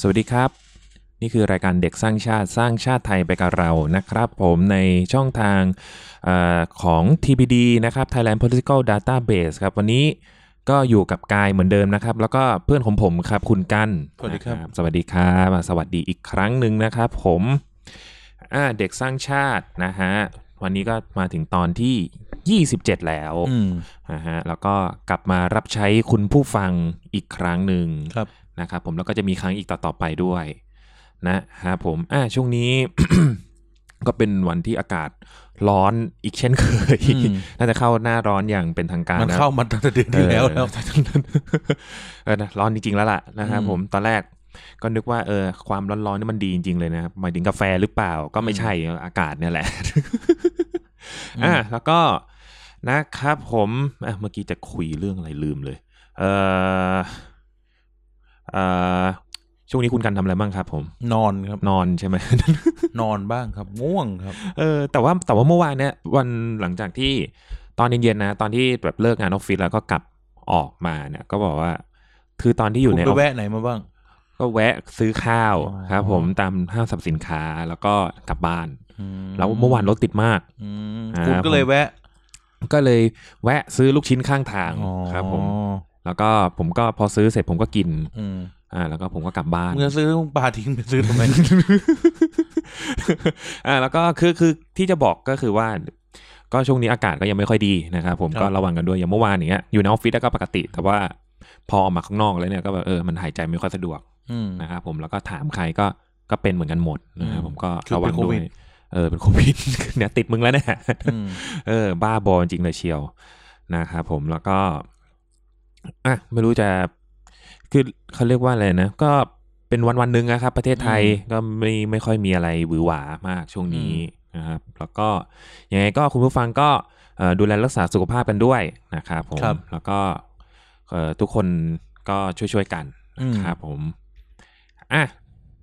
สวัสดีครับ นี่คือรายการเด็กสร้างชาติสร้างชาติไทยไปกับเรานะครับ ผมในช่องทางเออของ TPD นะครับ Thailand Political Database ครับ วันนี้ก็อยู่กับกายเหมือนเดิมนะครับ แล้วก็เพื่อนของผมครับคุณกัน สวัสดีครับ นะสวัสดีครับอ่ะสวัสดีอีกครั้งหนึ่งนะครับ ผมอ่าเด็กสร้างชาตินะฮะวันนี้ก็มาถึงตอนที่ 27 แล้ว อืม นะฮะแล้วก็กลับมารับใช้คุณผู้ฟังอีกครั้งหนึ่ง ครับ นะครับผมแล้วก็จะมีครั้งอีกต่อๆไปด้วยนะครับผมอ่ะช่วงนี้ ก็เป็นวันที่อากาศร้อนอีกเช่นเคย อืม น่าจะเข้าหน้าร้อนอย่างเป็นทางการ มัน นะ เข้ามาตั้งแต่เดือนที่แล้วแล้ว เออ เออนะร้อนจริงๆแล้วล่ะนะครับ อืม ผมตอนแรกก็นึกว่าเออความร้อนๆนี่มันดีจริงๆเลยนะครับหมายถึงกาแฟหรือเปล่าก็ไม่ใช่อากาศเนี่ยแหละ อืม อ่ะแล้วก็นะครับผมอ่ะเมื่อกี้จะคุยเรื่องอะไรลืมเลย เออเออช่วงนี้คุณกันทำอะไรบ้างครับ ผม นอน ครับ นอนใช่ไหม นอนบ้างครับ ง่วงครับ เออแต่ว่าแต่ว่าเมื่อวานเนี่ยวันหลังจากที่ตอนเย็นๆนะ ตอนที่แบบเลิกงานออฟฟิศแล้วก็กลับออกมาเนี่ย ก็บอกว่า คือตอนที่อ คุ ยู่ ณ ในอ ไป อฟฟิศ แวะไหนมาบ้าง ก็แวะซื้อข้าว อ๋อ ครับผมตามห้างสรรพสินค้าแล้วก็กลับบ้าน อืม แล้วเมื่อวานรถติดมาก อืม อ่า คุณก็เลยแวะ ก็เลยแวะซื้อลูกชิ้นข้างทางครับผม อ๋อ แล้วก็ผมก็พอซื้อเสร็จผมก็กิน อืม อ่าแล้วก็ผมก็กลับบ้าน เมื่อซื้อปลาทิ้งไปซื้อทำไม อ่าแล้วก็คือคือที่จะบอกก็คือว่า ก็ช่วงนี้อากาศก็ยังไม่ค่อยดีนะครับผม ครับ ก็ระวังกันด้วยอย่างเมื่อวานอย่างเงี้ยอยู่ในออฟฟิศแล้วก็ปกติ แต่ว่าพอออกมาข้างนอกแล้วเนี่ยก็แบบเออมันหายใจไม่ค่อยสะดวก อืม นะครับผมแล้วก็ถามใครก็ก็เป็นเหมือนกันหมดนะครับผมก็ คือ ระวั เป็ ง นโค ด้ วิ วย ด เออเป็นโควิด เนี่ยติดมึงแล้วเนี่ย อืม เออบ้าบอจริงเลยเชียวนะครับผมแล้วก็อ่ะไม่รู้จะ คือเขาเรียกว่าอะไรนะ ก็เป็นวันวันๆหนึ่งนะครับ ประเทศไทยก็ไม่ไม่ค่อยมีอะไรหวือหวามากช่วงนี้นะครับ แล้วก็ยังไงก็คุณผู้ฟังก็เอ่อดูแลรักษาสุขภาพกันด้วยนะครับผม ครับ แล้วก็เอ่อทุกคนก็ช่วยช่วยๆกันนะครับผมอ่ะ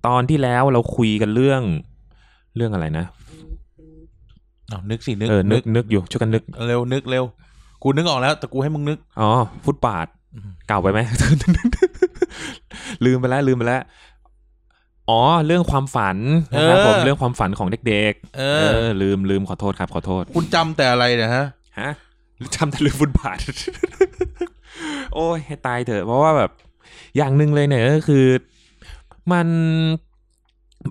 ตอนที่แล้วเราคุยกันเรื่องเรื่องอะไรนะ อ้าวนึกสินึก เออนึกนึกอยู่ช่วยกันนึก เร็วนึกเร็ว กูนึกออกแล้วแต่กูให้มึงนึก อ๋อ ฟุตบาท อืม เก่าไปไหม ลืมไปแล้วลืมไปแล้ว อ๋อ เรื่องความฝันนะครับผม เออ เรื่องความฝันของเด็ก เอ ๆ เอ อ อ ลืมลืมขอโทษครับ ขอโทษ คุณจำแต่อะไรเนะฮะ ฮะจำแต่เรื่องฟุตบาท โอ้ยให้ตายเถอะเพราะว่าแบบ อย่างหนึ่งเลยเนี่ยก็คือ มัน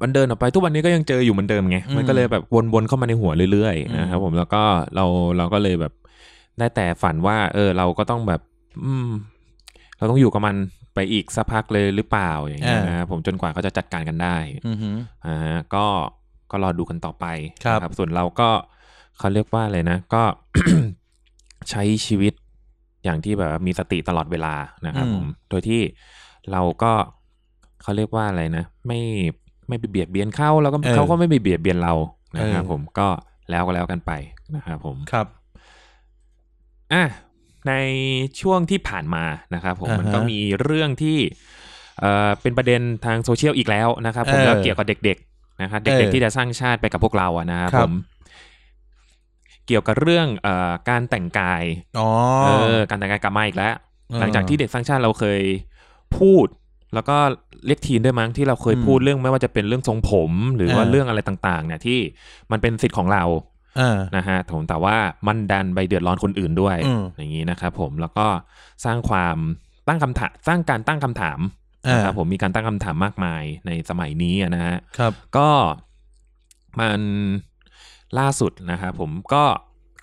มันเดินออกไปทุกวันนี้ก็ยังเจออยู่เหมือนเดิมไง อืม มันก็เลยแบบวนๆเข้ามาในหัวเรื่อยๆนะครับผมแล้วก็เราเราก็เลยแบบได้แต่ฝันว่า เออ เราก็ต้องแบบ อืม เราต้องอยู่กับมันไปอีกสักพักเลยหรือเปล่าอย่างเงี้ยนะครับผมจนกว่าเขาจะจัดการกันได้ อือหือ อ่าก็ก็รอดูกันต่อไป ครับ นะส่วนเราก็เขาเรียกว่าอะไรนะ ก็ ใช้ชีวิตอย่างที่แบบว่ามีสติตลอดเวลานะครับผมโดยที่เราก็เขาเรียกว่าอะไรนะ ไม่ไม่ไปเบียดเบียนเขาแล้วก็ เออ เขาก็ไม่ไปเบียดเบียนเรานะครับ เออ ผมก็แล้วก็แล้วกันไปนะครับผม ครับ อ่ะในช่วงที่ผ่านมานะครับผม อ่าฮะ มันก็มีเรื่องที่เอ่อเป็นประเด็นทางโซเชียลอีกแล้วนะครับผม เออ แล้วเกี่ยวกับเด็กๆนะครับเด็ เอก อ ๆที่จะสร้างชาติไปกับพวกเราอะนะครับ ครั ผ บ มเกี่ยวกับเรื่องเอ่อการแต่งกาย อ๋อ เออการแต่งกายกลับมาอีกแล้ว เออ หลังจากที่เด็กสร้างชาติเราเคยพูด แล้วก็เรียกทีมด้วยมั้งที่เราเคย อืม พูดเรื่องไม่ว่าจะเป็นเรื่องทรงผม หรือว่า เออ เรื่องอะไรต่างๆ เนี่ยที่มันเป็นสิทธิ์ของเรา อ่า นะฮะผมแต่ว่ามันดันไปเดือดร้อนคนอื่นด้วย อืม อย่างนี้นะครับผมแล้วก็สร้างความตั้งคำถามสร้างการตั้งคำถาม อ่า นะครับผมมีการตั้งคำถามมากมายในสมัยนี้อะนะฮะ ครับ ก็มันล่าสุดนะครับผมก็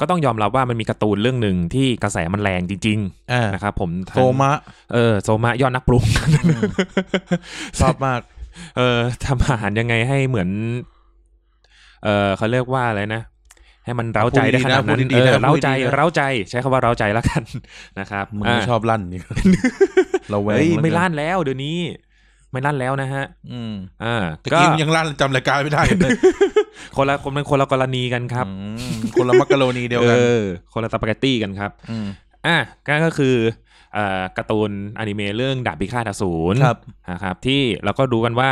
ก็ต้องยอมรับว่ามันมีการ์ตูนเรื่องหนึ่งที่กระแสมันแรงจริง อ่า ๆ นะครับผม โซมะ เออโซมะยอดนักปรุง ชอบมาก เออทำอาหารยังไงให้เหมือน เออเขาเรียกว่าอะไรนะ ให้มันเร้าใจได้ขนาดนั้น พูดดี เอ ๆอนะพูดดีๆนะ เร้าใจเร้าใจใช้คำว่าเร้าใจแล้วกัน นะครับ มึงไม่ชอบลั่น นี่ เราแวง เฮ้ย เหอเกิ ไม่ลั่นแล้ว เดี๋ยวนี้ ไม่ลั่นแล้วนะฮะ อืม อ่า ตะ ก็ กี้มันยังลั่นจำรายการไม่ได้เลย คนละคนมันคนละกรณีกัน ครับ อืมคนละมักกะโรนีเดียว เอ กัน อคนละสปาเกตตี้กันครับ ม อ่ะก็คือเอ่อการ์ตูนอนิเมะเรื่องดาบพิฆาตอสูร ครับ นะครับที่เราก็รู้กันว่า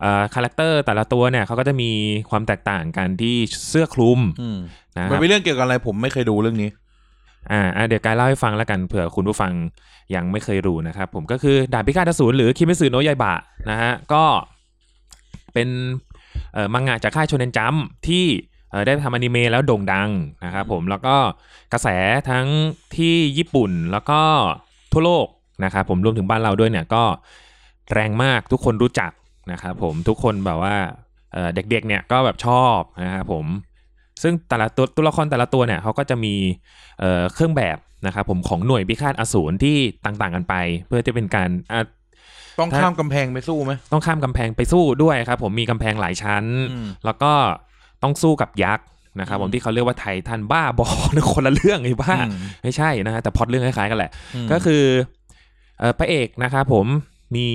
เอ่อคาแรคเตอร์แต่ละตัวเนี่ยเขาก็จะมีความแตกต่างกันที่เสื้อคลุม อืม นะค มัน รับ เป็นเรื่องเกี่ยวกับอะไรผมไม่เคยดูเรื่องนี้ อ่าอ่าเดี๋ยวกายเล่าให้ฟังแล้วกันเผื่อคุณผู้ฟังยังไม่เคยรู้นะครับ ผมก็คือดาบพิฆาตอสูรหรือคิมิสึโนะยายบะนะฮะก็เป็นเอ่อมังงะจากค่ายโชเนนจัมป์ที่เอ่อได้ทำอนิเมะแล้วโด่งดังนะครับผมแล้วก็กระแสทั้งที่ญี่ปุ่นแล้วก็ทั่วโลกนะครับผมรวมถึงบ้านเราด้วยเนี่ยก็แรงมากทุกคนรู้จักนะครับผมทุกคนแบบว่าเอ่อเด็กๆเนี่ยก็แบบชอบนะครับผม ซึ่งแต่ละตัวตัวละครแต่ละตัวเนี่ยเขาก็จะมีเอ่อเครื่องแบบนะครับผมของหน่วยพิฆาตอสูรที่ต่างๆกันไป เพื่อจะเป็นการอ่ะ ต้อง ถ้า ข้ามกำแพงไปสู้ไหม ต้องข้ามกำแพงไปสู้ด้วยครับผมมีกำแพงหลายชั้น อืม แล้วก็ต้องสู้กับยักษ์นะครับผม อืม ที่เขาเรียกว่าไททันบ้าบอ นะคนละเรื่องไอ้ บ้า อืม ไม่ใช่นะฮะแต่พล็อดเรื่องคล้ายๆกันแหละ ม ก็คือเอ่อพระเอกนะครับผมมี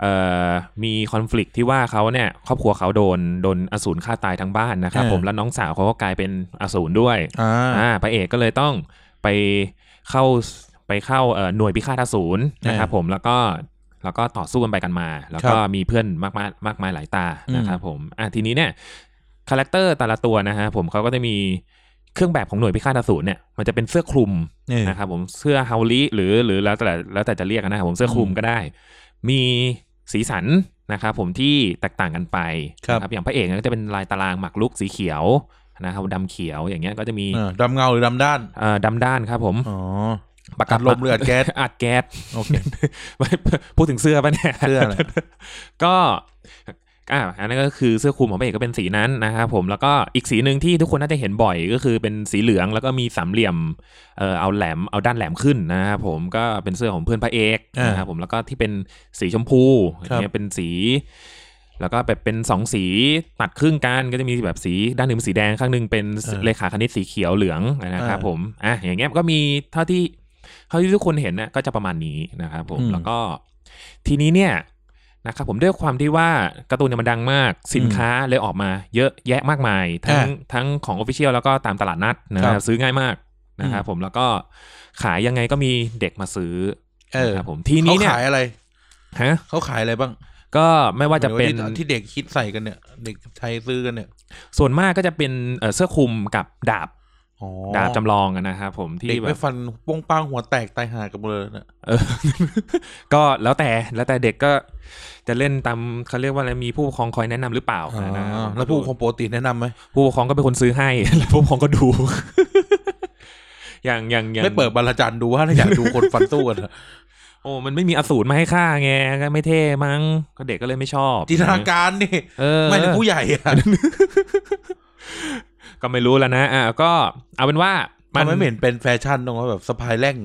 เอ่อมีคอน FLICT ที่ว่าเขาเนี่ยครอบครัวเขาโดนโดนอสูรฆ่าตายทั้งบ้านนะครับผมแล้วน้องสาวเขาก็กลายเป็นอสูรด้วย อ่า อ่าพระเอกก็เลยต้องไปเข้าไปเข้าเอ่อหน่วยพิฆาตอสูรนะครับผมแล้วก็แล้วก็ต่อสู้กันไปกันมา แล้วก็มีเพื่อนมากมายมากมายหลายตา อืม นะครับผมอ่ะทีนี้เนี่ยคาแรคเตอร์แต่ละตัวนะฮะผมเขาก็จะมีเครื่องแบบของหน่วยพิฆาตอสูรเนี่ยมันจะเป็นเสื้อคลุม เออ นะครับผมเสื้อฮาวลิหรือหรือแล้วแต่แล้วแต่จะเรียกนะครับผมเสื้อคลุม อืม ก็ได้ มีสีสันนะครับผมที่แตกต่างกันไป ครับ นะอย่างพระเอกเนี่ยก็จะเป็นลายตารางหมากลุกสีเขียวนะครับดำเขียวอย่างเงี้ยก็จะมี อ่าดำเงาหรือดำด้าน เอ่อดำด้านครับผม อ๋อ ปากกา อัดลมหรืออัดแก๊ส อัดแก๊ส โอเค ไม่พูดถึงเสื้อปะเนี่ย เสื้ออะไร ก็อ่ะอันนั้นก็คือเสื้อคลุมของพระเอกก็เป็นสีนั้นนะครับผมแล้วก็อีกสีหนึ่งที่ทุกคนน่าจะเห็นบ่อยก็คือเป็นสีเหลืองแล้วก็มีสามเหลี่ยมเอ่อเอาแหลมเอาด้านแหลมขึ้นนะครับผมก็เป็นเสื้อของเพื่อนพระเอก อ่าน นะครับผมแล้วก็ที่เป็นสีชมพูอ ครับ ย่างเงี้ยเป็นสี แล้วก็แบบเป็นสองสีตัดครึ่งกันก็จะมีแบบสีด้านหนึ่งเป็นสีแดงข้างหนึ่งเป็นเลขาคณิตสีเขียวเหลืองนะครับ อ่า ผมอ่ะอย่างเงี้ยก็มีเท่าที่ เท่าที่ทุกคนเห็นนะก็จะประมาณนี้นะครับผม อืม แล้วก็ทีนี้เนี่ยนะครับผมด้วยความที่ว่าการ์ตูนเนี่ยมันดังมากสินค้าเลยออกมาเยอะแยะมากมาย ทั้ง อ่ะ ทั้งของออฟฟิเชียลแล้วก็ตามตลาดนัดนะค ครั รับบ ซื้อง่ายมากนะครับผมแล้วก็ขายยังไงก็มีเด็กมาซื้อ เออ นะครับผมที เขา นี้เนี่ย ขายอะไร ฮะ เขาขายอะไรบ้าง ก็ไม่ว่าจะเป็น หมายถึงว่าที่ที่เด็กคิดใส่กันเนี่ย เด็กไทยซื้อกันเนี่ย ส่วนมากก็จะเป็นเอ่อเสื้อคลุมกับดาบ อ๋อ ดาบจำลองอะนะครับผมที่ เด็ก แบ ไม่ บ ฟันป้งป้างหัวแตกตายหากันหมดเลยนะ เอ อ ก็แล้วแต่แล้วแต่เด็กก็จะเล่นตามเขาเรียกว่าอะไรมีผู้ปกครองคอยแนะนำหรือเปล่า อ่า นะครับ แล้วผู้ปกครองปกติแนะนำไหม ผู้ปกครองก็เป็นคนซื้อให้ แล้วผู้ปกครองก็ดู อย่างอย่างอย่าง ไม่เปิดบรรณาจารย์ดูว่าถ้าอยากดูคนฟันตู้กันอะ โอ้มันไม่มีอสูรมาให้ฆ่าไงก็ไม่เท่มั้งก็เด็กก็เลยไม่ชอบ จินตนาการนี่ เออ ไม่ถึงผู้ใหญ่อะ ก็ไม่รู้แล้วนะอ่ะก็เอาเป็นว่า มันไม่เห็นเป็นแฟชั่นตรงว่าแบบสะพายแร่ง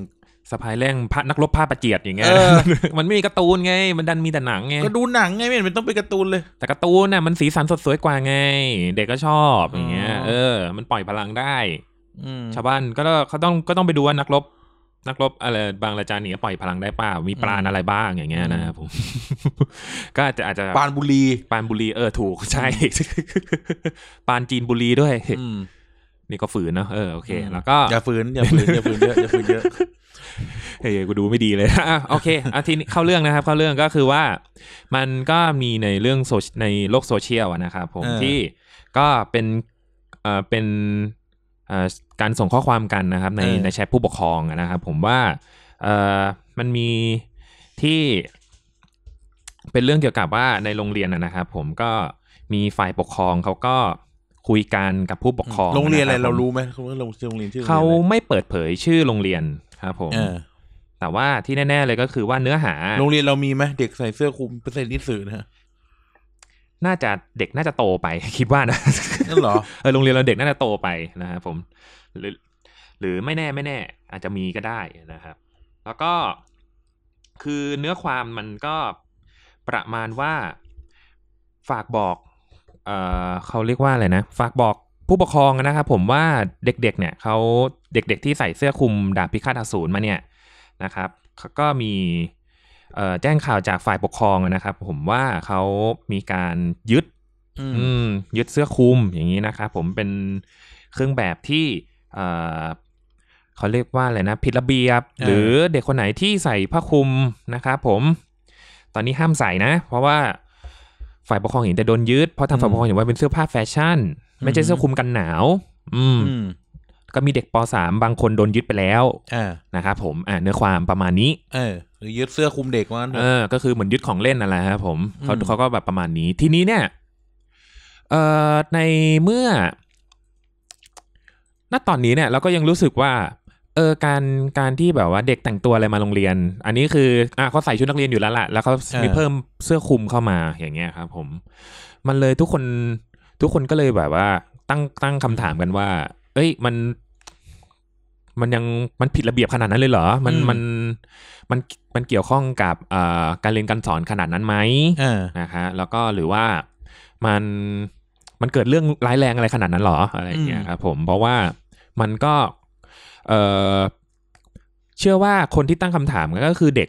สะพายแร่งพระนักรบผ้าประเจียดอย่างเงี้ย เออ มันไม่มีการ์ตูนไง มันดันมีแต่หนังไง ก็ดูหนังไงไม่เห็นเป็นต้องเป็นการ์ตูนเลย แต่การ์ตูนน่ะมันสีสันสดสวยกว่าไง เด็กก็ชอบ อ๋อ อ อ ย่างเงี้ยเออ มันปล่อยพลังได้ อืม ชาวบ้านก็เขาต้องก็ต้องไปดูว่านักรบ นักรบอะไรบางราจาหนีปล่อยพลังได้เปล่ามีปราณอะไรบ้างอย่างเงี้ย อืม นะครับผม ก็อาจจะอาจจะ ปรานบุรี ปรานบุรีเออถูกใช่ ปรานจีนบุรีด้วย อืม นี่ก็ฝืนเนอะเออโอเค ม แล้วก็ อย่าฝืนอย่าฝืนอย่าฝืนเยอะอย่าฝืนเยอะ เฮ้ยกูดูไม่ดี เลยอ่ะโอเคเอาทีนี้เข้าเรื่องนะครับ เข้าเรื่องก็คือว่า มันก็มีในเรื่องโซเชในโลกโซเชียลอะนะครับผม เออ ที่ก็เป็นเอ่อเป็นเอ่อการส่งข้อความกันนะครับ ใน เออ ในแชทผู้ปกครองอะนะครับ ผมว่าเอ่อมันมีที่เป็นเรื่องเกี่ยวกับว่าในโรงเรียนอะนะครับ ผมก็มีฝ่ายปกครองเขาก็คุยกันกับผู้ปกครอง โรงเรียนอะไร คบ เรา ผม รู้ไหมเขาโรงโรงเรียนชื่อ เขา โรงรียน ไม่เปิดเผยชื่อโรงเรียนครับผม อะไรเออ แต่ว่าที่แน่ๆเลยก็คือว่าเนื้อหา โรงเรียนเรามีไหมเด็กใส่เสื้อคลุมเป็นเซนนิสือนะฮะ น่าจะเด็กน่าจะโตไป คิดว่านะ นั่นเหรอ เออโรงเรียนเราเด็กน่าจะโตไปนะครับผม หรือ หรือไม่แน่ไม่แน่ อาจจะมีก็ได้นะครับ แล้วก็คือเนื้อความมันก็ประมาณว่าฝากบอกเออเขาเรียกว่าอะไรนะ ฝากบอกผู้ปกครองนะครับผมว่าเด็กๆเนี่ยเขาเด็กๆที่ใส่เสื้อคลุมดาบพิฆาตอสูรมาเนี่ยนะครับเขาก็มีเอ่อแจ้งข่าวจากฝ่ายปกครองนะครับ ผมว่าเขามีการยึด อื อื ม มยึดเสื้อคลุมอย่างนี้นะครับผมเป็นเครื่องแบบที่เอ่อเขาเรียกว่าอะไรนะ ผิดระเบียบหเออรือเด็กคนไหนที่ใส่ผ้าคลุมนะครับผม ตอนนี้ห้ามใส่นะ เพราะว่าฝ่ายปกครองเห็นแต่โดนยึดเพราะทางฝ่ายปกครองเห็นว่าเป็นเสื้อผ้าแฟชั่น ไม่ใช่เสื้อคลุมกันหนาว อืม อืม ก็มีเด็กป .3 บางคนโดนยึดไปแล้ว อ่า นะครับผมอ่าเนื้อความประมาณนี้ เออหรือยึดเสื้อคลุมเด็กว่างั้นเถ เอ อะ อ ก็คือเหมือนยึดของเล่นนั่นแหละครับผมเขา อืม เขาก็แบบประมาณนี้ ทีนี้เนี่ย เอ่อ ในเมื่อ ณ ตอนนี้เนี่ย เราก็ยังรู้สึกว่า เออ การ การที่แบบว่าเด็กแต่งตัวอะไรมาโรงเรียน อันนี้คือ อ่ะเขาใส่ชุดนักเรียนอยู่แล้วล่ะ แล้วเขามีเพิ่มเสื้อคลุมเข้ามาอย่างเงี้ยครับผม มันเลยทุกคน ทุกคนก็เลยแบบว่า ตั้ง ตั้งคำถามกันว่า เอ้ย มัน มันยัง มันผิดระเบียบขนาดนั้นเลยเหรอ มัน อืม มัน มัน มันเกี่ยวข้องกับอ่าการเรียนการสอนขนาดนั้นไหม อ่า นะฮะแล้วก็หรือว่ามันมันเกิดเรื่องร้ายแรงอะไรขนาดนั้นหรออะไรอย่างเงี้ยครับผมเพราะว่ามันก็เออเชื่อว่าคนที่ตั้งคำถามก็คือเด็ก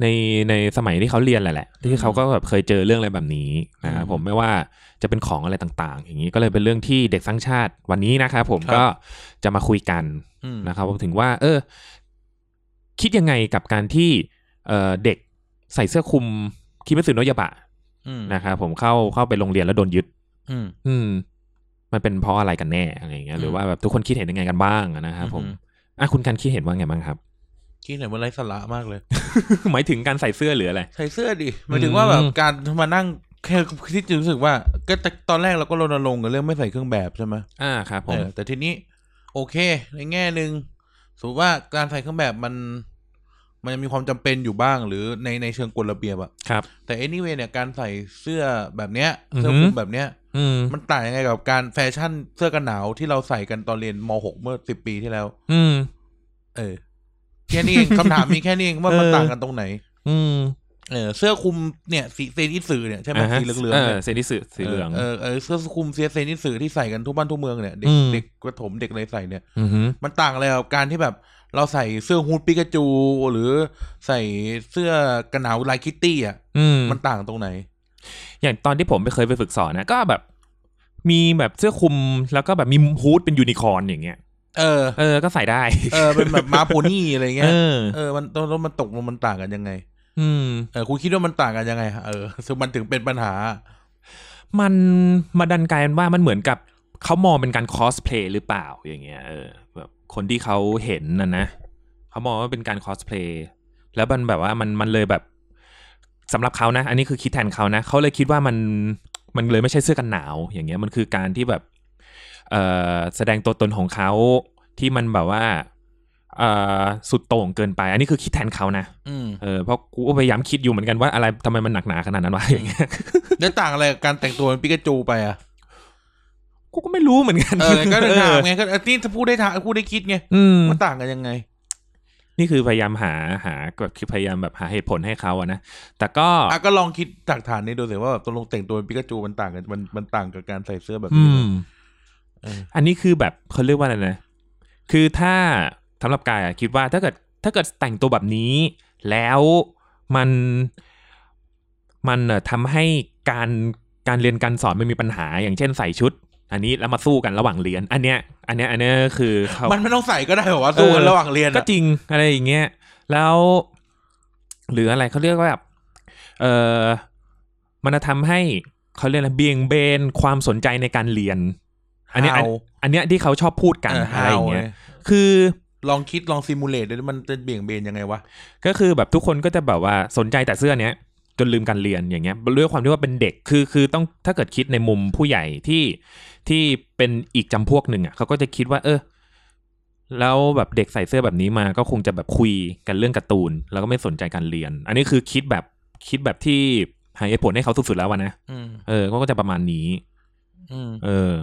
ในในสมัยที่เขาเรียนแหละแหละที่เขาก็แบบเคยเจอเรื่องอะไรแบบนี้นะครับผมไม่ว่าจะเป็นของอะไรต่าง ๆ อย่างนี้ก็เลยเป็นเรื่องที่เด็กสร้างชาติวันนี้นะครับผมก็จะมาคุยกัน อืม นะครับผมถึงว่า เออ คิดยังไงกับการที่เอ่อเด็กใส่เสื้อคลุมคิมิสึโนยาบะ อืม นะครับผมเข้าเข้าไปโรงเรียนแล้วโดนยึด อืม อืม มันเป็นเพราะอะไรกันแน่อะไรอย่างเงี้ย อืม หรือว่าแบบทุกคนคิดเห็นยังไงกันบ้างนะครับผม อือฮึ อ่ะคุณการคิดเห็นว่าไงบ้าง ครับ คิดเหมือนว่าไร้สาระมากเลย หมายถึงการใส่เสื้อหรืออะไร ใส่เสื้อดิหมายถึงว่าแบบ อืม การมานั่งแค่ที่รู้สึกว่าก็แต่ตอนแรกเราก็รณรงค์กับเรื่องไม่ใส่เครื่องแบบใช่ไหม อ่าครับ ผม เออแต่ทีนี้โอเค ในแง่หนึ่งสมมติว่าการใส่เครื่องแบบมัน มันมีความจำเป็นอยู่บ้าง หรือในในเชิงกฎระเบียบอะ ครับ แต่ anyway เนี่ยการใส่เสื้อแบบเนี้ย อือหือ เสื้อคลุมแบบเนี้ย อืม มันต่างยังไงกับการแฟชั่นเสื้อกันหนาวที่เราใส่กันตอนเรียนม .6 เมื่อสิบปีที่แล้ว อืม เออแค่นี้เอง คำถามมีแค่นี้เองว่ามัน เออ ต่างกันตรงไหน อืม เออเสื้อคลุมเนี่ยสีเซนิสือเนี่ยใช่ไหม อ่าฮะ สีเหลือง เอ ๆ อ เนี่ย เซนิสึสีเหลือง เออเออเสื้อคลุมเสื้อเซนิสือที่ใส่กันทุกบ้านทุกเมืองเนี่ยเด็ อื ก ม เด็กประถมเด็กอะไรใส่เนี่ย อือฮึ มันต่างอะไรกับการที่แบบเราใส่เสื้อฮูดปิกาจู หรือใส่เสื้อกันหนาวลายคิตตี้อ่ะ อืม มันต่างตรงไหน อย่างตอนที่ผมไปเคยไปฝึกสอนนะก็แบบ มีแบบเสื้อคลุมแล้วก็แบบมีฮูดเป็นยูนิคอร์นอย่างเงี้ย เออ เออก็ใส่ได้ เอ อเป็นแบบมา โพนี่อะไรเงี้ เอย อ เออมันแล้วมันตกลงมันต่างกันยังไง อืม เออคุณคิดว่ามันต่างกันยังไงฮะเออซึ่งมันถึงเป็นปัญหา มันมาดันกลายเป็นว่ามันเหมือนกับเขามองเป็นการคอสเพลย์หรือเปล่าอย่างเงี้ยเออแบบคนที่เขาเห็นนะนะเขามองว่าเป็นการคอสเพลย์แล้วมันแบบว่ามันมันเลยแบบสำหรับเขานะ อันนี้คือคิดแทนเขานะเขาเลยคิดว่ามันมันเลยไม่ใช่เสื้อกันหนาว อย่างเงี้ยมันคือการที่แบบเอ่อแสดงตัวตนของเขาที่มันแบบว่าเอ่อสุดโต่งเกินไป อันนี้คือคิดแทนเขานะ อืม เออเพราะกูก็พยายามคิดอยู่เหมือนกันว่าอะไรทำไมมันหนักหนาขนาดนั้นวะอย่างเงี้ย แล้วต่างอะไรกับการแต่งตัวเป็นปิกาจูไปอ่ะ กูก็ไม่รู้เหมือนกัน เออก็เลยถามไงก็เออนี่ถ้าพูดได้ถามพูดได้คิดไง อืม มันต่างกันยังไง นี่คือพยายามหาหาแบบคือพยายามแบบหาเหตุผลให้เขาอะนะ แต่ก็ อ่ะก็ลองคิดจากฐานนี้ดูสิว่าแบบตกลงแต่งตัวเป็นปิกาจูมันต่างกันมันมันต่างกับการใส่เสื้อแบบ อื นี้ไหม ม เออ อันนี้คือแบบเขาเรียกว่าอะไรนะ คือถ้าสำหรับกายอะคิดว่าถ้าเกิดถ้าเกิดแต่งตัวแบบนี้ แล้วมันมันเอ่อทำให้การการเรียนการสอนมันมีปัญหา อย่างเช่นใส่ชุด อันนี้แล้วมาสู้กันระหว่างเรียน อันเนี้ย อันเนี้ยอันเนี้ยคือเขา มันไม่ต้องใส่ก็ได้เหรอวะสู้กันระหว่างเรียน ก็ อะ จริงอะไรอย่างเงี้ย แล้ว หรืออะไรเขาเรียกว่าแบบเออมันจะทำให้เขาเรียกอะไรเบี่ยงเบนความสนใจในการเรียน อันเนี้ยอัน ฮาว อันเนี้ยที่เขาชอบพูดกัน เ อะไรอย่างเงี้ย ฮว คือ ลองคิดลองซิมูเลตดูดิมันจะเบี่ยงเบนยังไงวะ ก็คือแบบทุกคนก็จะแบบว่าสนใจแต่เสื้อเนี้ย จนลืมการเรียนอย่างเงี้ยด้วยความที่ว่าเป็นเด็กคือคือต้องถ้าเกิดคิดในมุมผู้ใหญ่ที่ที่เป็นอีกจำพวกหนึ่งอ่ะเขาก็จะคิดว่า เออ แล้วแบบเด็กใส่เสื้อแบบนี้มาก็คงจะแบบคุยกันเรื่องการ์ตูน แล้วก็ไม่สนใจการเรียน อันนี้คือคิดแบบคิดแบบที่หาเหตุผลให้เขาสุดๆแล้ววะนะ อืม เออเขาก็จะประมาณนี้ อืม เออ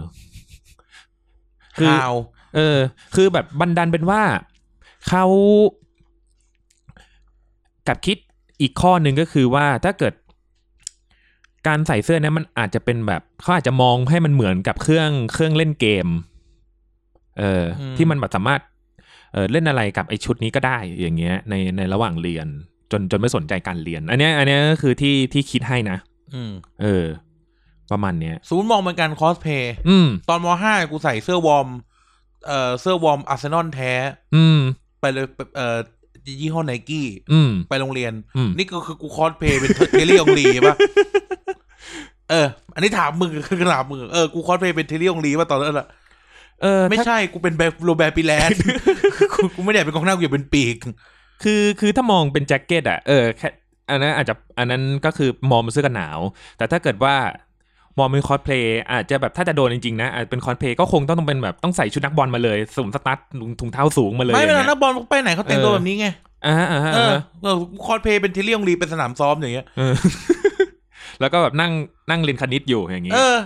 คือ ฮาว เออ คือแบบบันดันเป็นว่าเขากลับคิดอีกข้อหนึ่งก็คือว่าถ้าเกิด การใส่เสื้อเนี้ยมันอาจจะเป็นแบบเขาอาจจะมองให้มันเหมือนกับเครื่องเครื่องเล่นเกม เอออที่มันแบบสามารถ เออเล่นอะไรกับไอชุดนี้ก็ได้อย่างเงี้ย ในในระหว่างเรียน จนจนไม่สนใจการเรียน อันเนี้ย อันเนี้ยก็คือที่ที่คิดให้นะ อืม เออ ประมาณเนี้ย ศูนย์มองเป็นการคอสเพลย์ อืม ตอนมห้ากูใส่เสื้อวอร์มเอ่อเสื้อวอร์มอาร์เซนอลแท้ อืม ไปเลยไปเอ่อยี่ห้อไนกี้ อืม ไปโรงเรียน อืม นี่ก็คือกูคอสเพลย์เป็นเทเลียองลีป่ะ เออ อันนี้ถามมึงคือถามมึงเออกูคอสเพลย์เป็นเทเลียองลีป่ะตอนนั้นล่ะ เออ ไม่ ถ้า ใช่กูเป็นแบบโรแบร์ปิแล นด์ กูกูไม่ได้อยากเป็นกองหน้ากูอยากเป็นปีก คือคือถ้ามองเป็นแจ็คเก็ตอ่ะเออแค่อันนั้นอาจจะอันนั้นก็คือมองเป็นเสื้อกันหนาว แต่ถ้าเกิดว่ามองเป็นคอสเพลย์อาจจะแบบถ้าจะโดนจริงๆนะอาจเป็นคอสเพลย์ก็คงต้องเป็นแบบต้องใส่ชุดนักบอลมาเลยสวมสตั๊ดถุงเท้าสูงมาเลย ไม่เวอลาย่าง นั เงี้ย กบอลไปไหนเขาแต่งตัว เออ แบบนี้ไง อ่าอ่า เออ อ่า เออคอสเพลย์เป็นทีเรียงรีเป็นสนามซ้อมอย่างเงี้ย เอ อ แล้วก็แบบนั่งนั่งเรียนคณิตอยู่อย่างนี้ เออ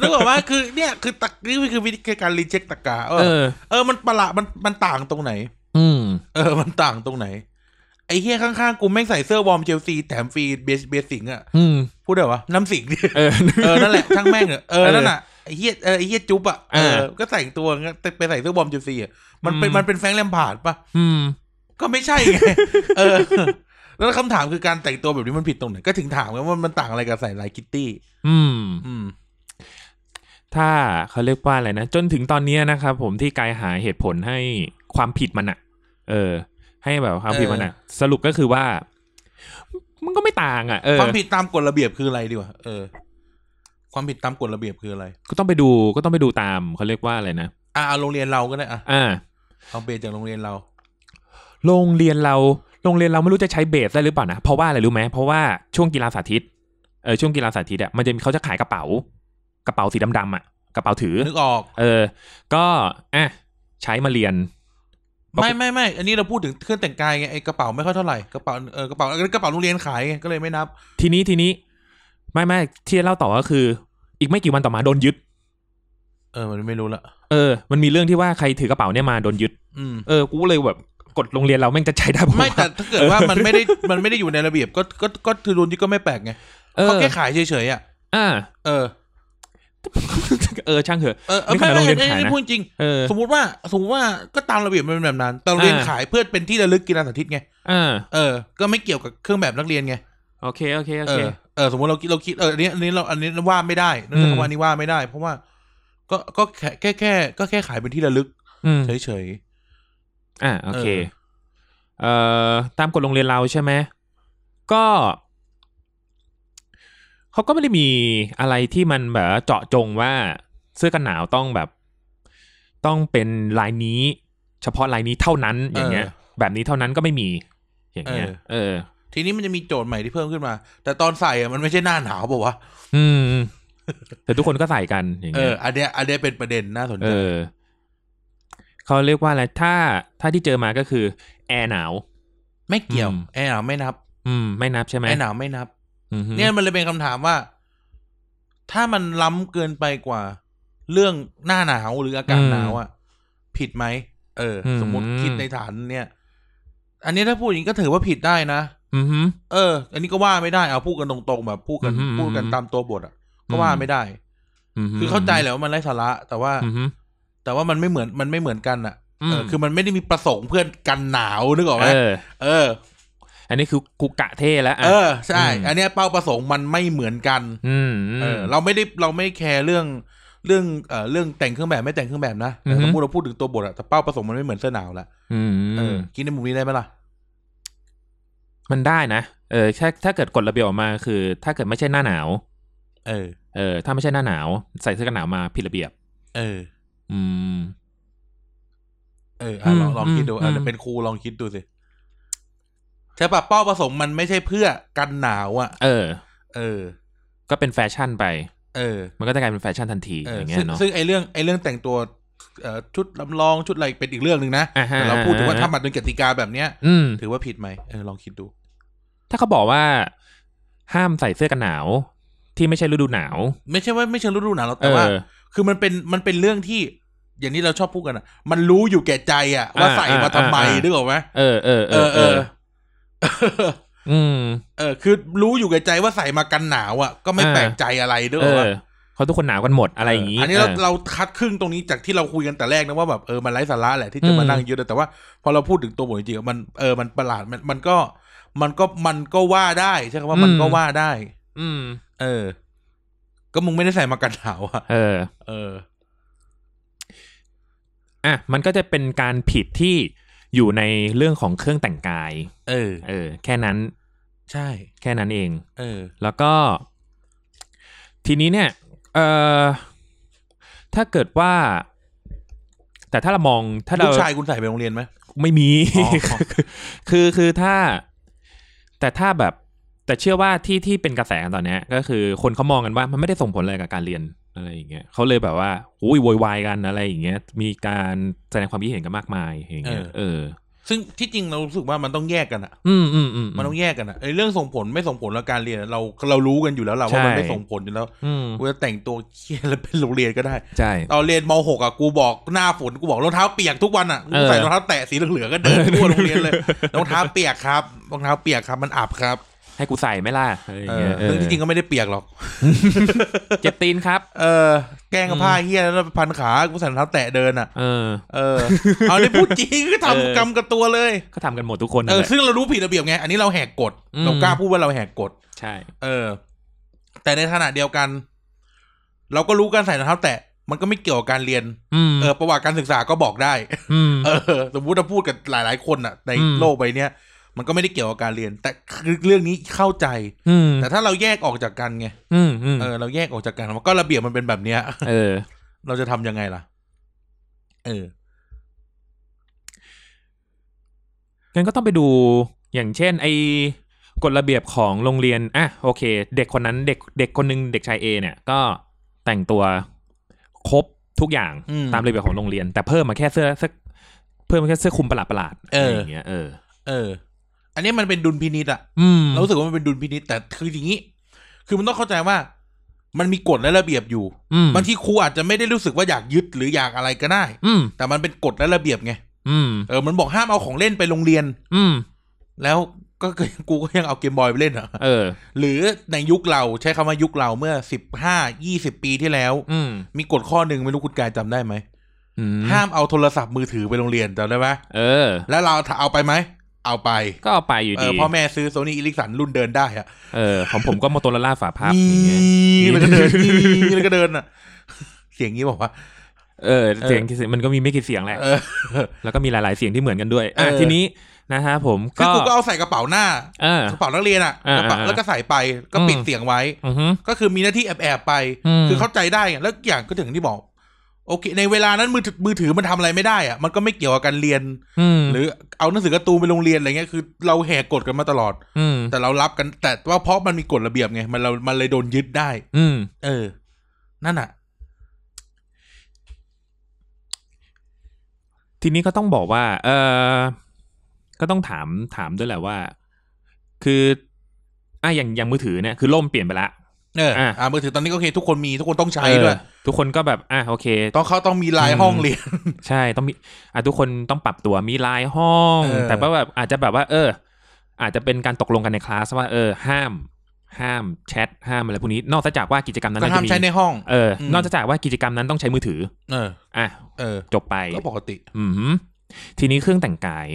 นึกออกว่าคือเนี่ยคือตักนี่คือวิธีการรีเจ็คตะกาเอ เอ อ อ เออมันประหลาดมันมันต่างตรงไหน อืม เออ มันต่างตรงไหน ไอ้เฮียข้างๆ กูแม่งใส่เสื้อวอร์มเชลซีแถมฟรีเบสเบสสิงอะ อืม พูดได้วะน้ำสิงดิ เอ อ เออ นั่นแหละ ช่างแม่งเถอะเออ นั่นน่ะไอ้เฮียเออไอ้เฮียจุ๊บอะเออ เออ ก็ใส่ตัวงั้นแต่ไปใส่เสื้อบอมเชลซีอะมันเป็น อืม มันเป็นแฟรงค์แลมพาร์ดปะ อืม ก็ไม่ใช่ไง เออ แล้วคำถามคือการแต่งตัวแบบนี้มันผิดตรงไหน ก็ถึงถามไงว่ามันต่างอะไรกับใส่ลายคิตตี้ อืม อืม ถ้าเขาเรียกว่าอะไรนะ จนถึงตอนเนี้ยนะครับผมที่กายหาเหตุผลให้ความผิดมันอะเออ ให้แบบความผิดมันอะสรุปก็คือว่า มันก็ไม่ต่างอะเออ ความผิดตามกฎระเบียบคืออะไรดีวะ เออ ความผิดตามกฎระเบียบคืออะไร ก็ต้องไปดูก็ต้องไปดูตามเขาเรียกว่าอะไรนะ อ่ะเอาโรงเรียนเราก็ได้อ่ะ อ่า เอาเบสจากโรงเรียนเรา โรงเรียนเราโรงเรียนเราไม่รู้จะใช้เบสได้หรือเปล่านะ เพราะว่าอะไรรู้ไหมเพราะว่าช่วงกีฬาสาธิตเออช่วงกีฬาสาธิตอ่ะมันจะมีเขาจะขายกระเป๋า กระเป๋าสีดำๆอ่ะกระเป๋าถือ นึกออก เออ ก็อ่ะใช้มาเรียน ปกติ ไม่ไม่ไม่อันนี้เราพูดถึงเครื่องแต่งกายไงไอกระเป๋าไม่ค่อยเท่าไหร่กระเป๋าเออกระเป๋ากระเป๋าโรงเรียนขายไงก็เลยไม่นับ ทีนี้ทีนี้ไม่ไม่ที่จะเล่าต่อก็คือ อีกไม่กี่วันต่อมาโดนยึด เออมันไม่รู้ละ เออ มันมีเรื่องที่ว่าใครถือกระเป๋าเนี่ยมาโดนยึด อืม เออกูเลยแบบกดโรงเรียนเราแม่งจะใช้ได้ปะวะ ไม่แต่ถ้าเกิดว่ามันไม่ได้มันไม่ได้อยู่ในระเบียบก็ก็ก็คือรุ่นที่ก็ไม่แปลกไง เอ เขา อ แค่ขายเฉยๆอ่ะ อ่า เออ เออช่างเถอะ เออเออ นี่ข ไม่ นาดโรไม่งเรียน ไม่ ขายนะ ไม่พูดจริง เออ สมมติว่าสมมติว่าก็ตามระเบียบมันเป็นแบบนั้น แต่โรงเรียน อ่า ขายเพื่อเป็นที่ระลึกกีฬาสาธิตไง อ่า เออก็ไม่เกี่ยวกับเครื่องแบบนักเรียนไง โอเคโอเคโอ เอ เค อเออสมมติเราคิดเราคิดเอออันนี้อันนี้เราอันนี้ว่าไม่ได้นั่นคือ อืม คำว่านี้ว่าไม่ได้ เพราะว่า ก็ก็แค่แค่แค่ก็แค่ขายเป็นที่ระลึก อืม เฉย อ่าโอเค เออ เอ่อตามกฎโรงเรียนเราใช่ไหมก็ เขาก็ไม่ได้มีอะไรที่มันแบบเจาะจงว่าเสื้อกันหนาวต้องแบบ ต้องเป็นลายนี้ เฉพาะลายนี้เท่านั้นอย่างเงี้ย แบบนี้เท่านั้นก็ไม่มี อย่างเงี้ย เออ ๆ ทีนี้มันจะมีโจทย์ใหม่ที่เพิ่มขึ้นมา แต่ตอนใส่อะมันไม่ใช่หน้าหนาวเปล่าวะ อืม แต่ทุกคนก็ใส่กันอย่าง เอ เงี้ อย อันเนี้ยอันเนี้ยเป็นประเด็นน่าสน เอ ใจ อ เขาเรียกว่าอะไรถ้าถ้าที่เจอมาก็คือ แอร์หนาว ไม่เกี่ยว อืม ไอ้หนาวไม่นับ อืม ไม่นับใช่ไหม ไอ้หนาวไม่นับ อือฮึ เนี่ยมันเลยเป็นคำถามว่า ถ้ามันล้ำเกินไปกว่า เรื่องหน้าหนาวหรืออากาศหนาวอ่ะผิดไหมเอออ สมมติคิดในฐานเนี่ย อันนี้ถ้าพูดอย่างนี้ก็ถือว่าผิดได้นะ อือฮึ เออ อันนี้ก็ว่าไม่ได้เอาพูดกันตรงๆแบบพูดกัน อืมอืม พูดกันตามตัวบทอ่ะ ก็ อืม ว่าไม่ได้ ฮึ คือเข้าใจแหละว่ามันไร้สาระ แต่ว่า อือฮึ แต่ว่ามันไม่เหมือนมันไม่เหมือนกันอ่ะ อืม เออคือมันไม่ได้มีประสงค์เพื่อนกันหนาวนึกออกไหม เออ เออ อันนี้คือกูกะเท่แล้วอ่ะ เออใช่ อืม อันเนี้ยเป้าประสงค์มันไม่เหมือนกัน อืม เออเราไม่ได้เราไม่แคร์เรื่องเรื่องเอ่อเรื่องแต่งเครื่องแบบไม่แต่งเครื่องแบบนะแต่ อือฮึ สมมติเราพูดถึงตัวบทอะแต่เป้าประสงค์มันไม่เหมือนเสื้อหนาวละ อืม เออกินในมุมนี้ได้ไหมล่ะ มันได้นะ เออถ้าถ้าเกิดกฎระเบียบออกมาคือ ถ้าเกิดไม่ใช่หน้าหนาว เออ เออ ถ้าไม่ใช่หน้าหนาว ใส่เสื้อกันหนาวมาผิดระเบียบ เออ อืม เอออะลอง อืม ลองคิดดูอ่ะ อืม เดี๋ยวเป็นครูลองคิดดูสิใช่ปะเป้าประสงค์มันไม่ใช่เพื่อกันหนาวอะ เออ เออ ก็เป็นแฟชั่นไป เออ มันก็จะกลายเป็นแฟชั่นทันที เออ อย่าง อ เงี้ ซึ่ ย ง เนาะ ซึ่งไอเรื่องไอเรื่องแต่งตัวเอ่อชุดลำลองชุดอะไรเป็นอีกเรื่องหนึ่งนะ อ่าฮะ แต่เราพูดถึงว่าถ้ามันเป็นกติกาแบบเนี้ย อืม ถือว่าผิดไหมเออลองคิดดู ถ้าเขาบอกว่า ห้ามใส่เสื้อกันหนาว ที่ไม่ใช่ฤดูหนาว ไม่ใช่ว่าไม่เชิงฤดูหนาวหรอก เอ แต่ว่า อ คือมันเป็นมันเป็นเรื่องที่อย่างนี้เราชอบพูดกันอะมันรู้อยู่แก่ใจอะว่าใส่มาทำไม อ่าอ่า นึกออกไหม เออเออ เออเออ อืม เออ คือรู้อยู่แก่ใจว่าใส่มากันหนาวอะก็ไม่ อ่า แปลกใจอะไรนึกอ เอ อก อ ปะ เขาทุกคนหนาวกันหมดอะไรอย่างงี้ อันนี้เรา เออ เราคัดครึ่งตรงนี้จากที่เราคุยกันแต่แรกนะว่าแบบเออมันไร้สาระแหละที่จะ อืม มานั่งยืดแต่ว่า พอเราพูดถึงตัวบทจริงๆอะมันเออมันประหลาดมันมันก็มันก็มันก็ว่าได้ใช่คำว่ามันก็ว่าได้ อืม เออ ก็มึงไม่ได้ใส่มากันหนาวอะ เออ เออ อ่ะมันก็จะเป็นการผิดที่อยู่ในเรื่องของเครื่องแต่งกาย เออ เออ แค่นั้น ใช่ แค่นั้นเอง เออ แล้วก็ ทีนี้เนี่ย เออ ถ้าเกิดว่า แต่ถ้าเรามองถ้า ลู เรา กชายคุณใส่ไปโรงเรียนไหม ไม่มี อ๋อ คือคือถ้า แต่ถ้าแบบ แต่เชื่อว่าที่ที่เป็นกระแสตอนเนี้ย ก็คือคนเขามองกันว่ามันไม่ได้ส่งผลอะไรกับการเรียนอะไรอย่างเงี้ยเขาเลยแบบว่าอุ้ยโวยวายกันอะไรอย่างเงี้ย มีการแสดงความคิดเห็นกันมากมายอย่างเงี้ยเออ ซึ่งที่จริงเรารู้สึกว่ามันต้องแยกกันอะ อืมอืมอืม มันต้องแยกกันอะไอ้เรื่องส่งผลไม่ส่งผลแล้วการเรียนอะเราเรารู้กันอยู่แล้วล่ะว่ามัน ใช่ ไม่ส่งผลอยู่แล้ว อืม กูจะแต่งตัวเคียแล้วเป็นโรงเรียนก็ได้ ใช่ ตอนเรียนมหกอะกูบอกหน้าฝนกูบอกรองเท้าเปียกทุกวันอะ เออ ใส่รองเท้าแตะสีเหลืองๆก็เดินทั่วโรงเรียน เลยรองเท้าเปียกครับรองเท้าเปียกครับมันอับครับ ให้กูใส่ไหมล่ะอะไรอย่า เอง เงี้ อย ซึ่งจริงๆก็ไม่ได้เปียกหรอก เจ็บตีนครับ เออ แกล้งกับผ้าเฮี้ยแล้วไปพันขากูใส่รองเท้าแตะเดินอะ เออ เอ อเอาได้พูดจริง ก็ เออ ทำกรรมกับตัวเลย ก็ทำกันหมดทุกคน เอ นั่น อ แหละ ซึ่งเรารู้ผิดระเบียบไง อันนี้เราแหกกฎ อืม เรากล้าพูดว่าเราแหกกฎ ใช่ เออ แต่ในขณะเดียวกัน เราก็รู้การใส่รองเท้าแตะมันก็ไม่เกี่ยวกับการเรียน อืม เออประวัติการศึกษาก็บอกได้ อืม เออ สมมติถ้าพูดกับหลาย ๆ คนอ่ะ ใน อืม โลกใบเนี้ยมันก็ไม่ได้เกี่ยวกับการเรียน แต่คือเรื่องนี้เข้าใจ อืม แต่ถ้าเราแยกออกจากกันไง อืมอืม เออเราแยกออกจากกันว่าก็ระเบียบมันเป็นแบบเนี้ย เออ เราจะทำยังไงล่ะ เออ งั้นก็ต้องไปดูอย่างเช่น ไอ้กฎระเบียบของโรงเรียนอ่ะโอเค เด็กคนนั้นเด็กเด็กคนหนึงเด็กชายเอเนี่ย ก็แต่งตัวครบทุกอย่าง อืม ตามระเบียบของโรงเรียน แต่เพิ่มมาแค่เสื้อสักเพิ่มมาแค่เสื้อคลุมประหลาดประหลาดๆ เอออ ะไรอย่างเงี้ยเออ เออ อันนี้มันเป็นดุลพินิจอะ อืม เรารู้สึกว่ามันเป็นดุลพินิจแต่คืออย่างนี้ คือมันต้องเข้าใจว่า มันมีกฎและระเบียบอยู่ อืม บางทีครูอาจจะไม่ได้รู้สึกว่าอยากยึดหรืออยากอะไรก็ได้ อืม แต่มันเป็นกฎและระเบียบไง อืม เออมันบอกห้ามเอาของเล่นไปโรงเรียน อืม แล้วก็ กูก็ยังเอา เกมบอยไปเล่นอ่ะ เออ หรือในยุคเราใช้คำว่ายุคเราเมื่อสิบห้ายี่สิบปีที่แล้ว อืม มีกฎข้อหนึ่งไม่รู้คุณกายจำได้ไหม อืม ห้ามเอาโทรศัพท์มือถือไปโรงเรียนจำได้ไหม เออ แล้วเราเอาไปไหมเอาไป ก็เอาไปอยู่ เอ ดี อพ่อแม่ซื้อโซนี่อิลิกสันรุ่นเดินได้อะ เออของผมก็โมโตโรล่าฝาพับ นี่ อย่างเงี้ย แล้วก็เดิน นี่แล้วก็เดินอ่ะ เสียงนี้บอกว่า เออเสียงเสียงมันก็มีไม่กี่เสียงแหละ เออ แล้วก็มีหลาย ๆเสียงที่เหมือนกันด้วยอ่ะ เออ ทีนี้นะฮะผม คือ ก็ กูก็เอาใส่กระเป๋าหน้า เออ กระเป๋านักเรียนอ่ะ อ่าก ระเป๋า อ่า แล้วก็ใส่ไปก็ปิด อืม เสียงไว้ อือฮึ ก็คือมีหน้าที่แอบแอบๆไป อืม คือเข้าใจได้ไงแล้วอย่างก็ถึงที่บอก โอเค ในเวลานั้นมือถือมือถือมันทำอะไรไม่ได้อ่ะมันก็ไม่เกี่ยวกับการเรียน อืม หรือเอาหนังสือการ์ตูนไปโรงเรียนอะไรเงี้ยคือเราแหกกฎกันมาตลอด อืม แต่เรารับกัน แต่ว่าเพราะมันมีกฎระเบียบไงมันเรามันเลยโดนยึดได้ อืม เออ นั่นอ่ะ ทีนี้ก็ต้องบอกว่า เออก็ต้องถามถามด้วยแหละว่า คืออ่ะอย่างอย่างมือถือเนี่ยคือล่มเปลี่ยนไปละ เออ อ่ะ อ่ามือถือตอนนี้ก็โอเค ทุกคนมีทุกคนต้องใช้ เออ ด้วย ทุกคนก็แบบอ่ะโอเค ต้องเขาต้องมีลาย อืม ห้องเรียน ใช่ต้องมีอ่ะทุกคนต้องปรับตัวมีไลน์ห้อง เออ แต่ว่าแบบอาจจะแบบว่า เออ อาจจะเป็นการตกลงกันในคลาสว่าเออ ห้าม ห้ามแชทห้ามอะไรพวกนี้ นอกจากว่ากิจกรรมนั้น ก็ น่า ห้า จะ ม มี ใช้ในห้อง เอออ ม นอกจากว่ากิจกรรมนั้นต้องใช้มือถือ เออ อ่ะ เออ จบไป ก็ปกติ อืมทีนี้เครื่องแต่งกาย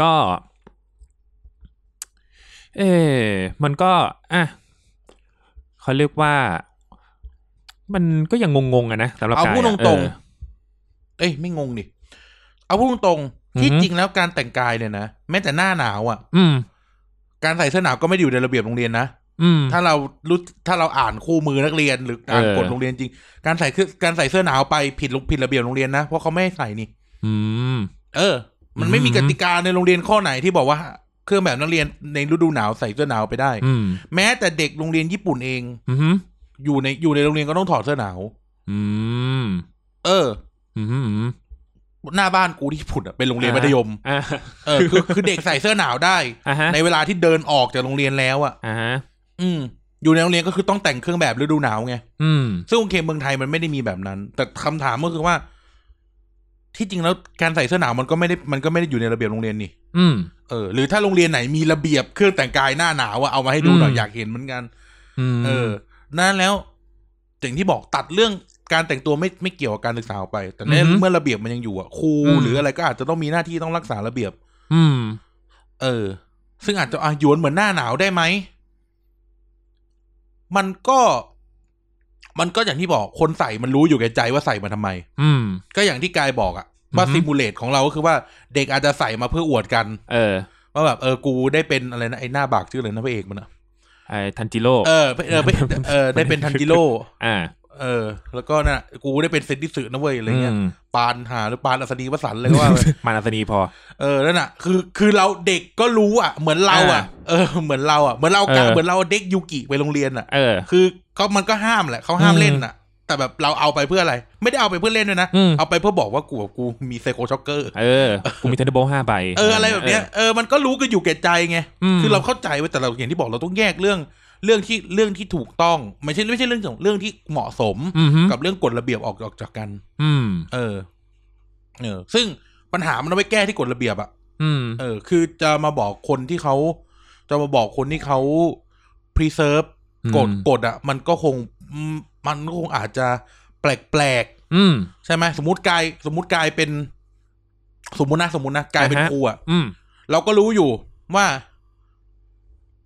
ก็ เออมันก็ อ่ะเขาเรียกว่า มันก็ยังงงๆอะนะสำหรับ เอา กย พูดต อะ รงๆ เอ้ยไม่งงดิ เอาพูดตรงๆ ที่ อือฮึ จริงแล้วการแต่งกายเนี่ยนะแม้แต่หน้าหนาวอ่ะ เอออืม การใส่เสื้อหนาวก็ไม่ได้อยู่ในระเบียบโรงเรียนนะ อืม ถ้าเรารู้ถ้าเราอ่านคู่มือนักเรียนหรืออ่าน เออ กฎโรงเรียนจริง การใส่คือการใส่เสื้อหนาวไปผิดผิดระเบียบโรงเรียนนะ เพราะเขาไม่ให้ใส่นี่ อืม เออ มันไม่มี อืม กติกาในโรงเรียนข้อไหนที่บอกว่า เครื่องแบบนักเรียนในฤดูหนาวใส่เสื้อหนาวไปได้ อืม แม้แต่เด็กโรงเรียนญี่ปุ่นเอง อืม อยู่ในอยู่ในโรงเรียนก็ต้องถอดเสื้อหนาว อืม เออ อืมอืม หน้าบ้านกูที่ญี่ปุ่นอะเป็นโรงเรียนมัธยม อ่า เออ คือคือเด็กใส่เสื้อหนาวได้ อ่าฮะ ในเวลาที่เดินออกจากโรงเรียนแล้วอะ อ่าฮะ อืม อยู่ในโรงเรียนก็คือต้องแต่งเครื่องแบบฤดูหนาวไง อืม ซึ่งโอเคเมืองไทยมันไม่ได้มีแบบนั้น แต่คำถามก็คือว่า ที่จริงแล้วการใส่เสื้อหนาวมันก็ไม่ได้มันก็ไม่ได้อยู่ในระเบียบโรงเรียนนี่ อืม เออ หรือถ้าโรงเรียนไหนมีระเบียบเครื่องแต่งกายหน้าหนาวอะเอามาให้ดูหน่อย อืม อยากเห็นเหมือนกัน อืม เออ นั่นแล้วอย่างที่บอกตัดเรื่องการแต่งตัวไม่ไม่เกี่ยวกับการศึกษาออกไป แต่เนี่ยเมื่อระเบียบมันยังอยู่อ่ะครูหรืออะไรก็อาจจะต้องมีหน้าที่ต้องรักษาระเบียบ อืม เออ ซึ่งอาจจะอ่ะหยวนเหมือนหน้าหนาวได้ไหม มันก็ มันก็อย่างที่บอกคนใส่มันรู้อยู่แก่ใจว่าใส่มาทำไม อืม ก็อย่างที่กายบอกอะว่า อือฮึ ซิมูเลตของเราก็คือว่าเด็กอาจจะใส่มาเพื่ออวดกัน เออ ว่าแบบเออกูได้เป็นอะไรนะไอ้หน้าบากชื่ออะไรนะพระเอกมันอะ ไอทันจิโร่ เออเออเออเออได้เป็นทันจิโร่ อ่า เอ เออ แล้วก็น่ะ กูได้เป็นเซนดิสึนะเว้ยอะไรเงี้ย ม ปานหาหรือปานอัศดีวสันต์อะไรก็ว่าไป มานัสนีพอ เออนั่นน่ะคือคือเราเด็กก็รู้อ่ะ เหมือนเราอ่ะ เออ เหมือนเราอ่ะ เหมือนเรากะ เออ เหมือนเราเด็กยูกิไปโรงเรียนอ่ะ เออ คือก็มันก็ห้ามแหละเขาห้าม อืม เล่นอ่ะ แต่แบบเราเอาไปเพื่ออะไร ไม่ได้เอาไปเพื่อเล่นด้วยนะ อืม เอาไปเพื่อบอกว่ากูกับกูมีไซโคช็อกเกอร์ เออกูมีเทนเดอร์โบห้าใบ เอออะไรแบบเนี้ย เออ มันก็รู้กันอยู่แก่ใจไง ม คือเราเข้าใจไว้แต่เราอย่างที่บอกเราต้องแยกเรื่อง เรื่องที่เรื่องที่ถูกต้องไม่ใช่ไม่ใช่เรื่องของเรื่องที่เหมาะสม อืมฮึ กับเรื่องกฎระเบียบออกออกจากกัน อืม เออ เออ ซึ่งปัญหามันเอาไปแก้ที่กฎระเบียบอะ อืม เออ คือจะมาบอกคนที่เขาจะมาบอกคนที่เขา preserve อืม กฎกฎอะมันก็คงอืมมันก็คงอาจจะแปลก อืม ๆ ใช่ไหมสมมติกายสมมติกายเป็น สมมตินะสมมตินะกายเป็น อ่าฮะ ครูอะ อืม เราก็รู้อยู่ว่า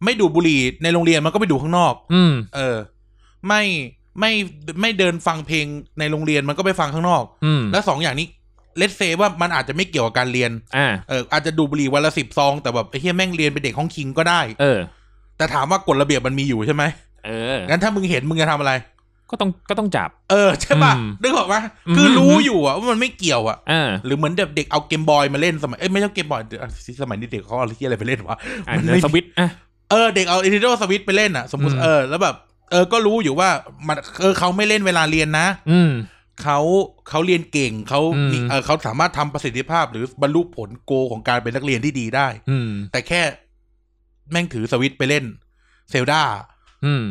ไม่ดูดบุหรี่ในโรงเรียนมันก็ไปดูข้างนอก อืม เออ ไม่ไม่ไม่เดินฟังเพลงในโรงเรียนมันก็ไปฟังข้างนอก อืม แล้วสองอย่างนี้เลตเซว่ามันอาจจะไม่เกี่ยวกับการเรียน อ่า เอออาจจะดูดบุหรี่วันละสิบซองแต่แบบไอ้เฮียแม่งเรียนเป็นเด็กห้องคิงก็ได้ เออ แต่ถามว่ากฎระเบียบมันมีอยู่ใช่ไหม เออ งั้นถ้ามึงเห็นมึงจะทำอะไร ก็ต้องก็ต้องจับ เออใช่ป่ะ อืม นึกออกปะ อืม คือรู้อยู่อะว่ามันไม่เกี่ยวอะ อ่า หรือเหมือนเด็กๆเอาเกมบอยมาเล่นสมัยเอ้ยไม่ใช่เกมบอยเดี๋ยวสมัยนี้เด็กเขาเอาอะไรที่อะไรไปเล่นวะ อ่า มัน เดี๋ย ไม่ วสวิตช์อ่ะ เออเด็กเอาอินเทอร์สวิตไปเล่นอะสมมติ อืม เออแล้วแบบ เออก็รู้อยู่ว่ามันเออเขาไม่เล่นเวลาเรียนนะ อืม เขาเขาเรียนเก่งเขามี อืม เออเขาสามารถทำประสิทธิภาพ หรือบรรลุผลโกของการเป็นนักเรียนที่ดีได้ อืม แต่แค่แม่งถือสวิตช์ไปเล่น เซลดา อืม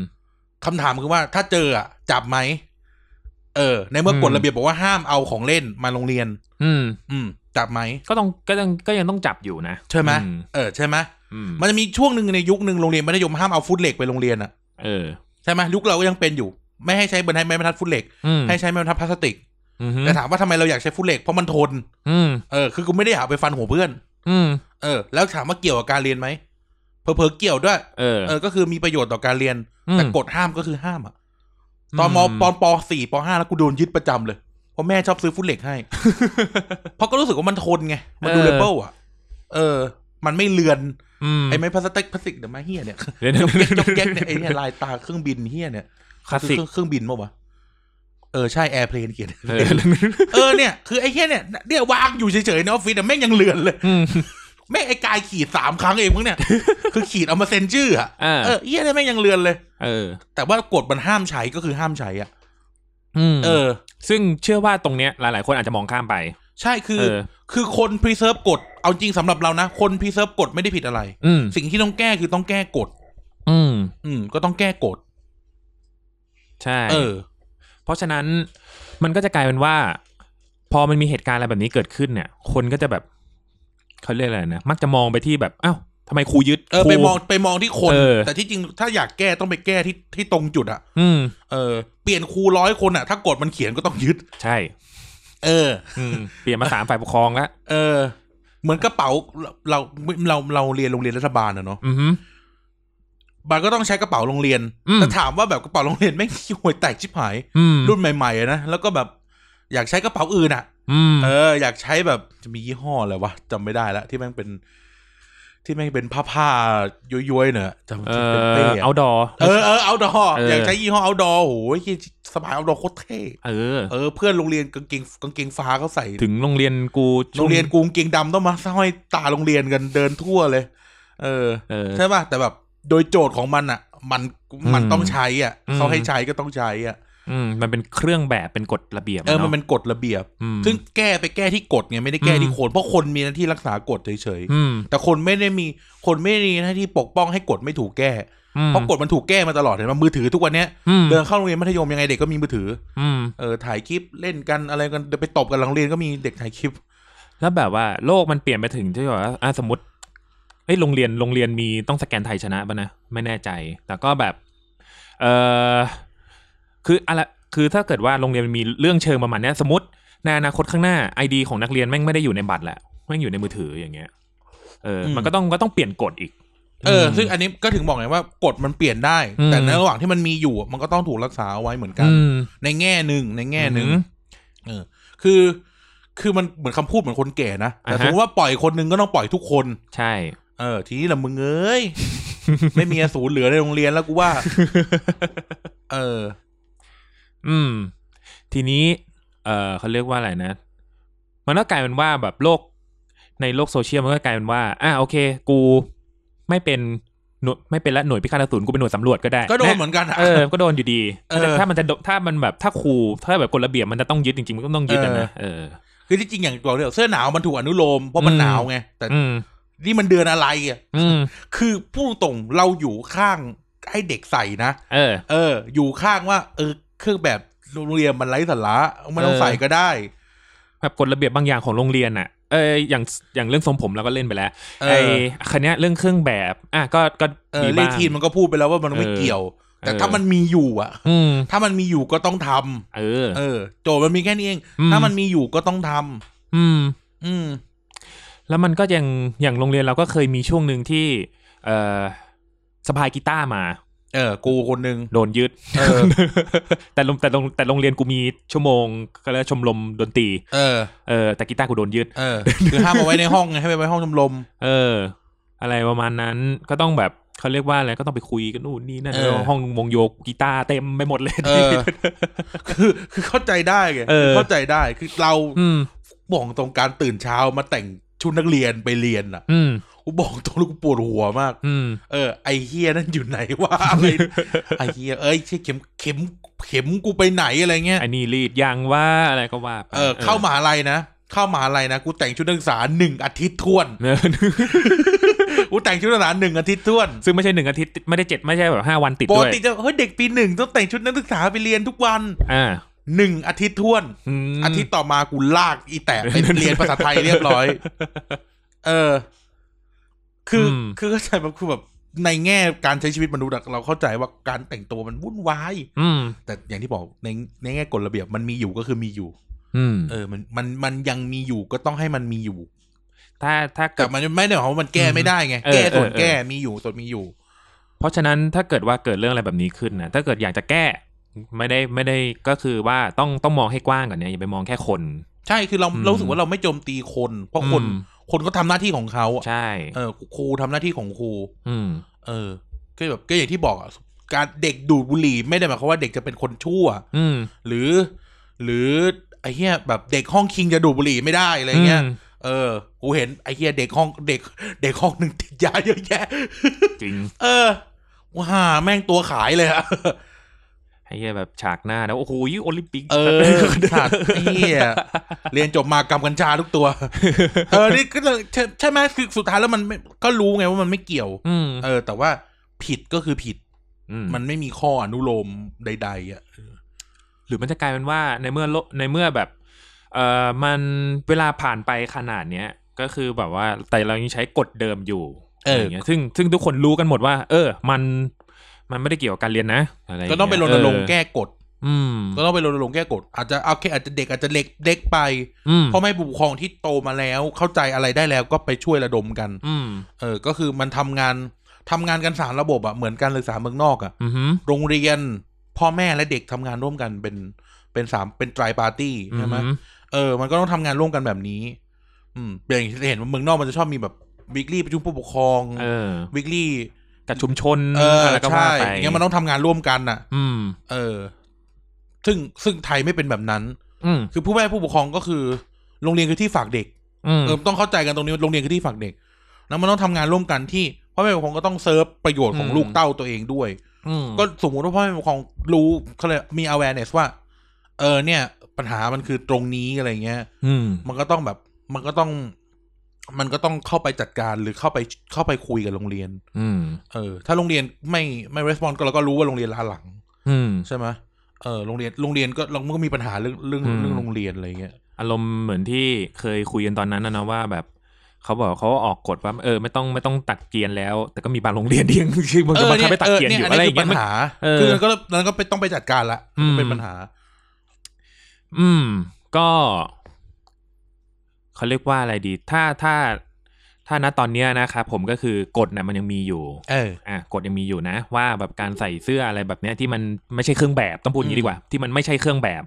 คำถามคือว่าถ้าเจออ่ะ จับไหม เออ ในเมื่อ อืม กฎระเบียบบอกว่าห้ามเอาของเล่นมาโรงเรียน อืม อืม จับไหม ก็ต้องก็ยังก็ยังต้องจับอยู่นะ ใช่ไหม อื เออใช่ไหม อืม มันจะมีช่วงหนึ่งในยุคหนึ่งโรงเรียนมัธยมห้ามเอาฟุตเหล็กไปโรงเรียนอ่ะ เออ ใช่ไหมยุคเราก็ยังเป็นอยู่ ไม่ให้ใช้บนให้ไม้บรรทัดฟุตเหล็ก อืม ให้ใช้ไม้บรรทัดพลาสติก อืม แต่ถามว่าทำไมเราอยากใช้ฟุตเหล็กเพราะมันทน อืม เออคือกูไม่ได้อยากเอาไปฟันหัวเพื่อน อืม เออ แล้วถามว่าเกี่ยวกับการเรียนไหมเพอเพอๆเกี่ยวด้วย เออ เออก็คือมีประโยชน์ต่อการเรียน อืม แต่กฎห้ามก็คือห้ามอ่ะ ตอนมปอนปสี่ปห้าแล้วกูโดนยึดประจำเลย เพราะแม่ชอบซื้อฟุตเหล็กให้ เพราะก็รู้สึกว่ามันทนไง มันดูเลเบลอ่ะ เออ มันไม่เลือน อืม ไอ้ไม้พลาสติกพลาสติกเดี๋ยวมาเฮี ยเนี่ย เดี๋ยว จ นะ กแก๊กจกแก๊กเนี่ยไอ้เนี่ยลายตาเครื่องบินเฮียเนี่ย คลาส คือ สิก เครื่องเครื่องบินมั้วะเออใช่แอร์เพลนเขียน เออ เออเนี่ยคือไอ้เฮียเนี่ยเนี่ยวางอยู่เฉยๆในออฟฟิศอะแม่งยังเลือนเลย อืม แม่งไอ้กายขีดสามครั้งเองมั้งเนี่ย คือขีดเอามาเซ็นชื่ออะ อ่า เออเฮียเนี่ยแม่งยังเลือนเลย เออ แต่ว่ากฎมันห้ามใช้ก็คือห้ามใช้อ่ะ อืม เออ ซึ่งเชื่อว่าตรงเนี้ยหลาย ๆ คนอาจจะมองข้ามไป ใช่คือ เออ คือคน preserve กฎเอาจริงสำหรับเรานะ คน preserve กฎไม่ได้ผิดอะไร อืม สิ่งที่ต้องแก้คือต้องแก้กฎ อืม อืม ก็ต้องแก้กฎ ใช่ เออ เพราะฉะนั้นมันก็จะกลายเป็นว่า พอมันมีเหตุการณ์อะไรแบบนี้เกิดขึ้นเนี่ย คนก็จะแบบเขาเรียกอะไรนะมักจะมองไปที่แบบอ้าวทำไมครูยึด เออ ครู ไปมองไปมองที่คน เออ แต่ที่จริงถ้าอยากแก้ต้องไปแก้ที่ที่ตรงจุดอะ อืม เออเปลี่ยนครูร้อยคนอะถ้ากฎมันเขียนก็ต้องยึด ใช่ เออ อืมเปลี่ยนมาสามฝ่ายปกครองละ เออ เหมือนกระเป๋าเราเราเราเราเรียนโรงเรียนรัฐบาลอะเนาะ อือหือ มันก็ต้องใช้กระเป๋าโรงเรียน อืม แต่ถามว่าแบบกระเป๋าโรงเรียนแม่ง ห่วยแตกชิบหาย อืม รุ่นใหม่ๆอะนะแล้วก็แบบอยากใช้กระเป๋าอื่นอะ อืม เอออยากใช้แบบจะมียี่ห้ออะไรวะจำไม่ได้ละที่แม่งเป็น ที่แม่งเป็นผ้าผ้าๆย้วยๆเนอะจำ เอ จำเป็น อ เป้อะ เอาดอ เออเออเอาดอ เอออ อยากใช้ยี่ห้อเอาดอโอ้โหเหี้ยสบายเอาดอโคตรเท่ เออ เออเพื่อนโรงเรียนกางเกงกางเกงฟ้าเขาใส่ ถึงโรงเรียนกู โรงเรียนกรุงเกงดำต้องมาห้อยตาโรงเรียนกันเดินทั่วเลย เออ เออ ใช่ป่ะแต่แบบโดยโจทย์ของมันอ่ะ มันมัน อืม ต้องใช้อ่ะ อืม เขาให้ใช้ก็ต้องใช้อ่ะ อืมมันเป็นเครื่องแบบเป็นกฎระเบียบ เออมั ะ นเป็นกฎระเบียบ อืม ซึ่งแก้ไปแก้ที่กฎไงไม่ได้แก้ อืม ที่คนเพราะคนมีหน้าที่รักษากฎเฉยๆ อืม แต่คนไม่ได้มีคนไม่ได้มีหน้าที่ปกป้องให้กฎไม่ถูกแก้ อืม เพราะกฎมันถูกแก้มาตลอดเห็นไหมมือถือทุกวันเนี้ย อืม เดินเข้าโรงเรียนมัธยมยังไงเด็กก็มีมือถือ อืม เออถ่ายคลิปเล่นกันอะไรกันเดี๋ยวไปตบกันหลังโรงเรียนก็มีเด็กถ่ายคลิป แล้วแบบว่าโลกมันเปลี่ยนไปถึงที่แบบว่าอ่ะสมมติเฮ้ยโรงเรียนโรงเรียนมีต้องสแกนไทยชนะป่ะนะ ไม่แน่ใจ แต่ก็แบบ เออคืออะไรคือถ้าเกิดว่าโรงเรียนมันมีเรื่องเชิงประมาณเนี้ย สมมติในอนาคตข้างหน้าไอดีของนักเรียนแม่งไม่ได้อยู่ในบัตรแหละแม่งอยู่ในมือถืออย่างเงี้ยเอออ ม มันก็ต้องก็ต้องเปลี่ยนกฎอีก เออซึ่งอันนี้ก็ถึงบอกไงว่ากฎมันเปลี่ยนได้ อืม แต่ในระหว่างที่มันมีอยู่อ่ะมันก็ต้องถูกรักษาเอาไว้เหมือนกัน อืม ในแง่หนึ่งในแง่หนึ่ง อืม เออ คือ คือมันเหมือนคำพูดเหมือนคนแก่นะแต่ อ่าฮะ สมมติว่าปล่อยคนหนึงก็ต้องปล่อยทุกคน ใช่ เออทีนี้ละมึงเอ้ ย ไม่มีอสูรเหลือในโรงเรียนแล้วกูว่า เออ อืม ทีนี้ เออเขาเรียกว่าอะไรนะ มันก็กลายเป็นว่าแบบโลก ในโลกโซเชียลมันก็กลายเป็นว่า อ่ะโอเค กูไม่เป็นหน่วยไม่เป็นละหน่วยพิฆาตอสูรกูเป็นหน่วยสำรวจก็ได้ ก็โดนเห ะ มือนกันอะ เออ ก็โดนอยู่ดี เออ แต่ถ้ามันจะโดถ้ามันแบบถ้าครูถ้าแบบกฎระเบียบมันจะต้องยึดจริงๆมันก็ต้องยึดอะนะเออ คือที่จริงอย่างตัวเดียวเสื้อหนาวมันถูกอนุโลมเพราะมัน อืม หนาวไง แต่ อืม นี่มันเดือนอะไรอ่ะ อืม คือพูดตรงๆเราอยู่ข้างให้เด็กใส่นะ เออ เออ อยู่ข้างว่า เออ เครื่องแบบโรงเรียนมันไร้สาระไม่ต้องใส่ก็ได้ แบบกฎระเบียบบางอย่างของโรงเรียนอ่ะ เอออย่างอย่างเรื่องทรงผมเราก็เล่นไปแล้ว เอ ไอ้ อ คันเนี้ยเรื่องเครื่องแบบ อ่ะก็ก็ เออ มี เล บ้าง ทีนมันก็พูดไปแล้วว่ามันไม่ เออ เกี่ยว แต่ เออ ถ้ามันมีอยู่อ่ะ อืม ถ้ามันมีอยู่ก็ต้องทำ เออ เออ โจทย์มันมีแค่นี้เอง อืม ถ้ามันมีอยู่ก็ต้องทำ อืม อืม แล้วมันก็ยังอย่างโรงเรียนเราก็เคยมีช่วงหนึ่งที่ เออสะพายกีตาร์มา เออ กูคนหนึ่ง โดนยึด เออ แต่โรงแต่โรงแต่โรงเรียนกูมีชั่วโมงก็แล้วชมรมดนตรี เออ เออแต่กีตาร์กูโดนยึด เออ คือห้ามเอาไว้ในห้องไงให้ไปไว้ห้องชมรม เออ อะไรประมาณนั้นก็ต้องแบบเขาเรียกว่าอะไรก็ต้องไปคุยกันนู่นนี่นั่น เออ ห้องวงโยกีตาร์เต็มไปหมดเลย เออ คือคือเข้าใจได้ไง เออ คือเข้าใจได้ คือเรา อืม บอกตรงการตื่นเช้ามาแต่งชุดนักเรียนไปเรียนอ่ะ อืม กูบอกตรงเลยกูปวดหัวมาก อืม เออไอเฮียนั่นอยู่ไหนวะอะไรไอเฮียเอ้ยเชี่ยเข็มเข็มเข็มกูไปไหนอะไรเงี้ย อันนี้รีดยางว่าอะไรก็ว่าไป เออ เข้ามหาลัยนะ เข้ามหาลัยนะ กูแต่งชุดนักศึกษาหนึ่งอาทิตย์ท้วน เอ อ กูแต่งชุดนักศึกษาหนึ่งอาทิตย์ท้วน ซึ่งไม่ใช่หนึ่งอาทิตย์ไม่ได้เจ็ดไม่ใช่แบบห้าวันติด ปก ด้วย ติจะเฮ้ยเด็กปีหนึ่งต้องแต่งชุดนักศึกษาไปเรียนทุกวัน อ่า หนึ่งอาทิตย์ท้วน ม อาทิตย์ต่อมากูลากอีแตะ ไปเรียนภาษาไทยเรียบร้อย เออ คืออ ม คือเข้าใจแบบคือแบบในแง่การใช้ชีวิตมนุษย์อะเราเข้าใจว่าการแต่งตัวมันวุ่นวาย อืม แต่อย่างที่บอกในในแง่กฎระเบียบมันมีอยู่ก็คือมีอยู่ อืม เออ มันมันมันยังมีอยู่ก็ต้องให้มันมีอยู่ ถ้าถ้าเกิดแต่มันไม่ได้หมายความว่ามันแก้ไม่ได้ไง เออ แก้ส่วน เออ แก้มีอยู่ส่วนมีอยู่ เพราะฉะนั้นถ้าเกิดว่าเกิดเรื่องอะไรแบบนี้ขึ้นนะถ้าเกิดอยากจะแก้ ไม่ได้ไม่ได้ก็คือว่าต้องต้องมองให้กว้างก่อนเนี่ยอย่าไปมองแค่คน ใช่คือเรา อืม เรารู้สึกว่าเราไม่โจมตีคน เพราะคน อืม คนก็ทำหน้าที่ของเขาอะ ใช่ เออครูทำหน้าที่ของครู อืม เออ ก็แบบก็อย่างที่บอกอะการเด็กดูดบุหรี่ไม่ได้หมายความว่าเด็กจะเป็นคนชั่ว อืม หรือ หรือไอ้เหี้ยแบบเด็กห้องคิงจะดูดบุหรี่ไม่ได้อะไรเงี้ย ม เออ กูเห็นไอ้เหี้ยเด็กห้องเด็ก เด็กห้องหนึ่งติดยาเยอะแยะ จริง เออว้าแม่งตัวขายเลยอะ ไอ้เหี้ยแบบฉากหน้าแล้วโอ้โหโอลิมปิก เออสัตว์ไอ้เหี้ยเรียนจบมากำกัญชาทุกตัว เออ นี่ก็เลยใช่ใช่ไหมคือสุดท้ายแล้วมันไม่ก็รู้ไงว่ามันไม่เกี่ยว อืม เออ แต่ว่าผิดก็คือผิด อืม มันไม่มีข้ออนุโลมใด ๆ อ่ะ หรือมันจะกลายเป็นว่าในเมื่อโลในเมื่อแบบ เออมันเวลาผ่านไปขนาดเนี้ยก็คือแบบว่าแต่เรายังใช้กฎเดิมอยู่ เอออ ะไรย่างงี้ยซึ่งซึ่งทุกคนรู้กันหมดว่า เออ มันมันไม่ได้เกี่ยวกับการเรียนนะอะไรย่าเย ก็ต้องไปรณรงค์ เออ แก้กฎ อืม ก็ต้องไปรณรงค์แก้กฎ อาจจะเอาแค่อาจจะเด็กอาจจะเล็กเด็กไป อืม พ่อแม่ผู้ปกครองที่โตมาแล้ว เข้าใจอะไรได้แล้วก็ไปช่วยระดมกัน อืม เออ ก็คือมันทำงานทำงานกันสามระบบอะเหมือนการศึกษาเมืองนอกอะ อือหือ โรงเรียน พ่อแม่และเด็กทำงานร่วมกันเป็นเป็นสามเป็นไตรปาร์ตี้ใช่ไหม อือหือ เออ มันก็ต้องทำงานร่วมกันแบบนี้ อืมเป็นอย่างที่เห็นว่าเมืองนอกมันจะชอบมีแบบวิกฤตประชุมผู้ปกครอง เออ วิกฤต กับชุมชน เออ ไรก็ว่า ใช่ ไป อย่างเงี้ยมันต้องทำงานร่วมกันน่ะ อืม เออ ซึ่งซึ่งไทยไม่เป็นแบบนั้น อืม คือผู้แม่ผู้ปกครองก็คือ โรงเรียนคือที่ฝากเด็ก อืม เออต้องเข้าใจกันตรงนี้โรงเรียนคือที่ฝากเด็ก แล้วมันต้องทำงานร่วมกันที่พ่อแม่ผู้ปกครองก็ต้องเซิร์ฟประโยชน์ของลูกเต้าตัวเองด้วย อืม ก็สมมติว่าพ่อแม่ผู้ปกครองรู้เขาเลยมี awareness ว่า เออ เนี่ย ปัญหามันคือตรงนี้อะไรเงี้ย อืม มันก็ต้องแบบ มันก็ต้อง มันก็ต้องเข้าไปจัดการหรือเข้าไปเข้าไปคุยกับโรงเรียน อืม เออ ถ้าโรงเรียนไม่ไม่ respond ก็เราก็รู้ว่าโรงเรียนล้าหลัง อืม ใช่ไหมเออโรงเรียนโรงเรียนก็เรามันก็มีปัญหาเรื่องเรื่อง อืม เรื่องโรงเรียนอะไรเงี้ย อารมณ์เหมือนที่เคยคุยกันตอนนั้นนะเนาะว่าแบบเขาบอกเขาออกกฎว่าเออไม่ต้องไม่ต้องตักเกรียนแล้ว แต่ก็มีบางโรงเรียนที่ยังที่มึง เอ จะ อ มา เนี่ย ทำให้ตัก เออ เกรียน เนี่ อย ยู่ อัน อะไร นี้ อ คื ย่าง อ เงี้ยปัญ มัน หา เออ คือมันก็มันก็ไปต้องไปจัดการละ อืม เป็นปัญหา อืม ก็เขาเรียกว่าอะไรดี ถ้าถ้าถ้านะตอนเนี้ยนะครับผมก็คือกฎน่ะมันยังมีอยู่ เออ อ่ะกฎยังมีอยู่นะ ว่าแบบการใส่เสื้ออะไรแบบเนี้ยที่มันไม่ใช่เครื่องแบบต้องพูดอย่างนี้ดีกว่า ที่มันไม่ใช่เครื่องแบบ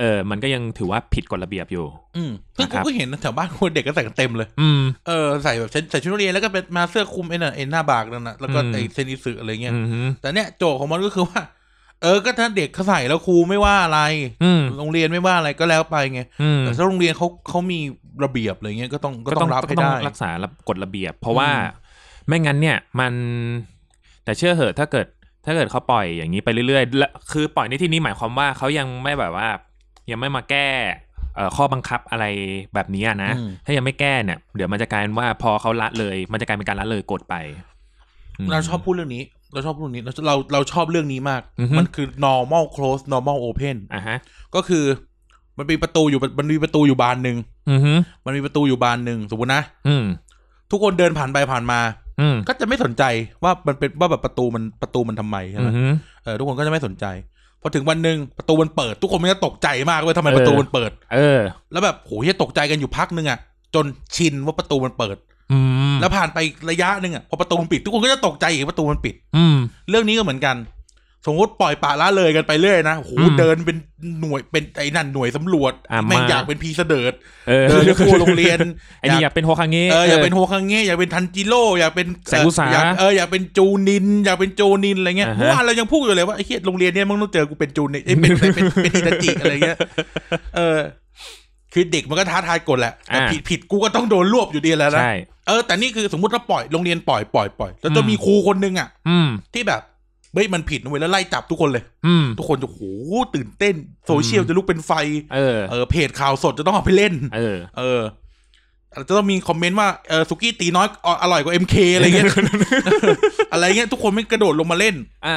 เออ มันก็ยังถือว่าผิดกฎระเบียบอยู่ อืมซึ่ง นะค กู รับ ก็เห็นแถวบ้านคนเด็กก็ใส่กันเต็มเลย อืม เออใส่แบบใส่ใส่ชุดนักเรียนแล้วก็เป็นมาเสื้อคลุมไอ้นั่นไอ้หน้าบากนั่นนะแล้วก็ อืม ไอ้เซนอิสึอะไรเงี้ย อืม แต่เนี่ยโจทย์ของมันก็คือว่า เออก็ถ้าเด็กเขาใส่แล้วครูไม่ว่าอะไร อืม โรงเรียนไม่ว่าอะไรก็แล้วไปไง อืม แต่ถ้าโรงเรียนเขาเขามีระเบียบอะไรเงี้ยก็ต้องก็ต้องรับให้ ก็ต้ ได้ องรักษากฎระเบียบ เพราะว่า อื ไม่งั้นเนี่ยมันแต่เชื่อเหอะถ้าเกิดถ้าเกิดเขาปล่อยอย่างนี้ไปเรื่อยๆและคือปล่อยในที่นี้หมายความว่าเขายังไม่แบบว่า ยังไม่มาแก้เอ่อข้อบังคับอะไรแบบนี้อะนะ อืม ถ้ายังไม่แก้เนี่ย เดี๋ยวมันจะกลายเป็นว่าพอเขาละเลย มันจะกลายเป็นการละเลยกฎไปม เราชอบพูดเรื่องนี้ เราชอบพูดเรื่องนี้เราเราเราชอบเรื่องนี้มาก อือฮึ มันคือ normal close normal open อ่ะฮะ ก็คือมันมีประตูอยู่มันมีประตูอยู่บานหนึ่ง อือฮึ มันมีประตูอยู่บานหนึ่งสมมตินะ อืม ทุกคนเดินผ่านไปผ่านมา อืม ก็จะไม่สนใจว่ามันเป็นว่าแบบประตูมันประตูมันทำไมใช่ อื ไหม อฮึ เออทุกคนก็จะไม่สนใจพอถึงวันหนึ่งประตูมันเปิด ทุกคนมันจะตกใจมากเว้ยทำไม เออ ประตูมันเปิด เออ แล้วแบบโหยตกใจกันอยู่พักหนึงอ่ะจนชินว่าประตูมันเปิด อืม แล้วผ่านไปอีกระยะหนึ่งอ่ะพอประตูมันปิด ทุกคนก็จะตกใจอีกประตูมันปิด อืม เรื่องนี้ก็เหมือนกัน สมมติปล่อยปละละเลยกันไปเรื่อยนะโห อืม เดินเป็นหน่วยเป็นไอ้นั่นหน่วยสำรวจ อ่ะ แม่ง มา อยากเป็นพีเสดิร์ด เออ เดินคู่โรงเรียน ไอ้นี่อยากเป็นโฮคั งเงะ เอออยากเป็นโฮคังเงะอยากเป็นทันจิโร่อยากเป็น แสงอุตสา เยกเอออยากเป็นจูนิน อยากเป็นโจนินอะไรเงี้ย อ่าฮะ เมื่อวานเรายังพูดอยู่เลยว่าไอ้เฮียโรงเรียนเนี่ยมึงต้องเจอกูเป็นจูนินเอ้ยเป็นเป็นเป็นเป็นอิตาจิอะไรเงี้ยเออ คือเด็กมันก็ท้าทายกฎแหละแต่ผิดผิดกูก็ต้องโดนรวบอยู่ดีแหล้วนะ ใช่ เออแต่นี่คือสมมติเราปล่อยโรงเรียนปล่อยปล่อยปล่อยแล้วจะ อืม มีครูคนหนึงอ่ะ อืม ที่แบบเฮ้ยมันผิดนะเว้ยแล้วไล่จับทุกคนเลย อืม ทุกคนจะโหตื่นเต้นโซเชียล อืม จะลุกเป็นไฟ เออ เออเพจข่าวสดจะต้องเอาไปเล่น เออ เออจะต้องมีคอมเมนต์ว่าเออสุกี้ตีน้อยออร่อยกว่าเอ็มเคอะไรเงี้ย อะไรเงี้ยทุกคนไม่กระโดดลงมาเล่น อ่า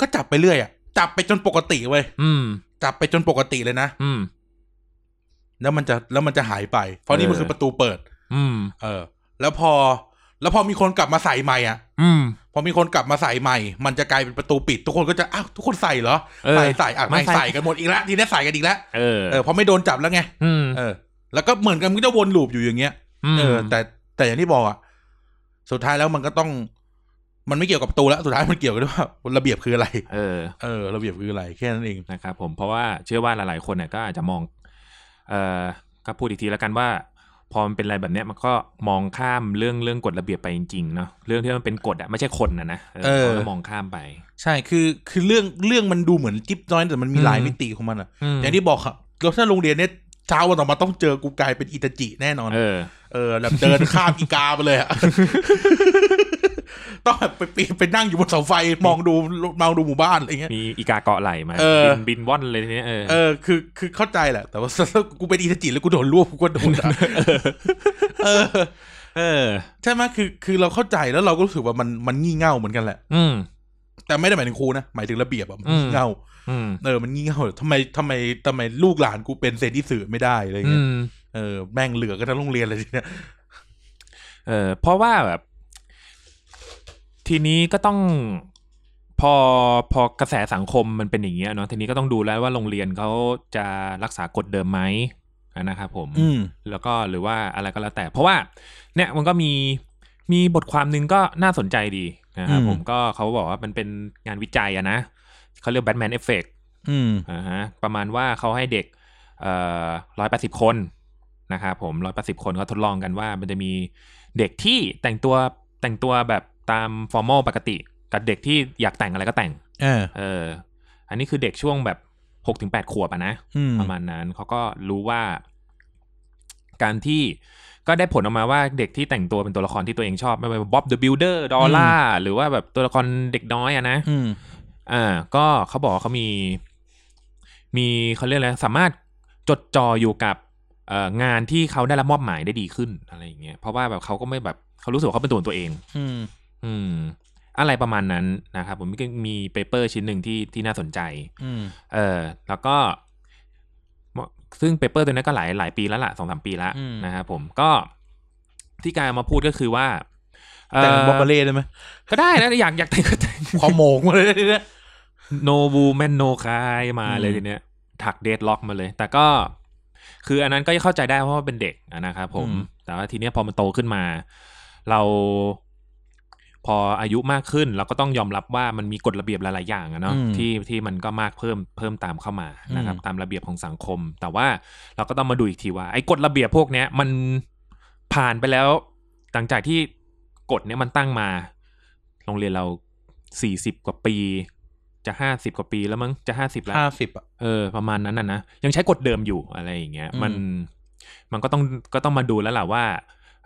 ก็จับไปเรื่อยอ่ะจับไปจนปกติเว้ย อืม จับไปจนปกติเลยนะ อืม แล้วมันจะแล้วมันจะหายไป เพราะนี่มัเอนอ คือประตูเปิด อืม เออ แล้วพอ แล้วพอมีคนกลับมาใส่ใหม่อ่ะ อืม พอมีคนกลับมาใส่ใหม่ มันจะกลายเป็นประตูปิด ทุกคนก็จะอ้าวทุกคนใส่เหรอ เออ ใส่ใส่อ่ะ ไม่ ไม่ ใส่ ใส่กันหมดอีกแล้วทีนี้ใส่กันอีกแล้ว เออ เออเพราะไม่โดนจับแล้วไง อืม เออ แล้วก็เหมือนกันมันก็จะวนลูปอยู่อย่างเงี้ย เออแต่แต่อย่างที่บอกอ่ะสุดท้ายแล้วมันก็ต้อง มันไม่เกี่ยวกับประตูแล้วสุดท้ายมันเกี่ยวกับว่าระเบียบคืออะไร เออ เออ ระเบียบคืออะไรแค่นั้นเอง นะครับผม เพราะว่าเชื่อว่าหลายๆ คนเนี่ยก็อาจจะมอง เอ่อก็พูดอีกทีแล้วกันว่า พอมันเป็นอะไรแบบเนี้ยมันก็มองข้ามเรื่องเรื่องกฎระเบียบไปจริงๆเนาะ เรื่องที่มันเป็นกฎอะไม่ใช่คนนะนะ เออ ก็มองข้ามไป ใช่คือคือเรื่องเรื่องมันดูเหมือนจิ๊บน้อยแต่มันมีหลาย อืม มิติของมันอ่ะ อม อย่างที่บอกครับแล้วถ้าโรงเรียนเนี้ยเช้าวันต่อมาต้องเจอกูกลายเป็นอิตาจิแน่นอน เออ เออแบบเดินข้ามอีกาไป เลยอะ ต้องแบบไปปีนไปนั่งอยู่บนเสาไฟมองดูมองดูหมู่บ้านอะไรเงี้ย มีอีกาเกาะไหลมา เออ บินบินว่อนเลยทีเนี้ยเออ เออคือคือเข้าใจแหละ แต่ว่า กูเป็นอิทจิแล้วกูโดนรวบกูก็โดน ด่า เออ เออ ใช่ไหมคือคือเราเข้าใจแล้วเราก็รู้สึกว่ามันมันงี่เง่าเหมือนกันแหละ อืม แต่ไม่ได้หมายถึงครูนะหมายถึงระเบียบอะมัน อืม งี่เง่า อืม เออมันงี่เง่าทำไมทำไมทำไมลูกหลานกูเป็นเซนที่สื่อไม่ได้อะไร อื เงี้ย ม เออแม่งเหลือกันทั้งโรงเรียนเลยทีเนี้ย เออเพราะว่าแบบ ทีนี้ก็ต้องพอพอกระแสสังคมมันเป็นอย่างเงี้ยเนาะทีนี้ก็ต้องดูแล้วว่าโรงเรียนเขาจะรักษากฎเดิมไหมอ่ะนะครับผม อืม แล้วก็หรือว่าอะไรก็แล้วแต่ เพราะว่า เนี่ยมันก็มีมีบทความหนึงก็น่าสนใจดีนะครับ อืม ผมก็เขาบอกว่ามันเป็นงานวิจัยอะนะเขาเรียกแบทแมนเอฟเฟก อืม อ่าฮะประมาณว่าเขาให้เด็กร้อยแปดสิบคนนะครับผมร้อยแปดสิบคนเขาทดลองกันว่า มันจะมีเด็กที่แต่งตัวแต่งตัวแบบตามฟอร์มอลปกติ กับเด็กที่อยากแต่งอะไรก็แต่ง เออ เออ อันนี้คือเด็กช่วงแบบหกถึงแปดขวบอะนะ อืม ประมาณนั้นเขาก็รู้ว่า การที่ก็ได้ผลออกมาว่าเด็กที่แต่งตัวเป็นตัวละครที่ตัวเองชอบไม่ว่าบ๊อบเดอะบิลเดอร์ดอลล่าหรือว่าแบบตัวละครเด็กน้อยอะนะ อืม อ่าก็เขาบอกว่าเขามี มีเขาเรียกอะไรสามารถจดจ่ออยู่กับเอ่องานที่เขาได้รับมอบหมายได้ดีขึ้นอะไรอย่างเงี้ยเพราะว่าแบบเขาก็ไม่แบบเขารู้สึกว่าเขาเป็นตัวของตัวเอง อืม อืม อะไรประมาณนั้นนะครับผมมีมีเปเปอร์ชิ้นหนึ่งที่ที่น่าสนใจ อืม เออแล้วก็ ซึ่งเปเปอร์ตัวนี้ก็หลายหลายปีแล้วล่ะสองสามปีแล้ว อืม นะครับผมก็ที่กายเอามาพูดก็คือว่าเ แต่งบอบเบอร์เล่ได้ไหม ก็ได้นะอยากอยากแต่งก็แต่ง ขอโมงมาเลยเนี่ย โนบูแมนโนคายมาเลย อืม ทีเนี้ยถักเดทล็อกมาเลย แต่ก็คืออันนั้นก็เข้าใจได้เพราะว่าเป็นเด็กอะนะครับผม อืม แต่ว่าทีเนี้ยพอมันโตขึ้นมา เราพออายุมากขึ้น เราก็ต้องยอมรับว่ามันมีกฎระเบียบหลาย ๆ อย่างอะเนาะ อืม ที่ที่มันก็มากเพิ่มเพิ่มตามเข้ามานะครับ อืม ตามระเบียบของสังคม แต่ว่าเราก็ต้องมาดูอีกทีว่า ไอ้กฎระเบียบพวกเนี้ย มันผ่านไปแล้ว หลังจากที่กฎเนี้ยมันตั้งมา โรงเรียนเรา สี่สิบกว่าปี จะห้าสิบกว่าปีแล้วมั้งจะห้าสิบแล้ว ห้าสิบอ่ะ เออประมาณนั้นน่ะนะยังใช้กฎเดิมอยู่อะไรอย่างเงี้ย อืม มันมันก็ต้องก็ต้องมาดูแล้วล่ะว่า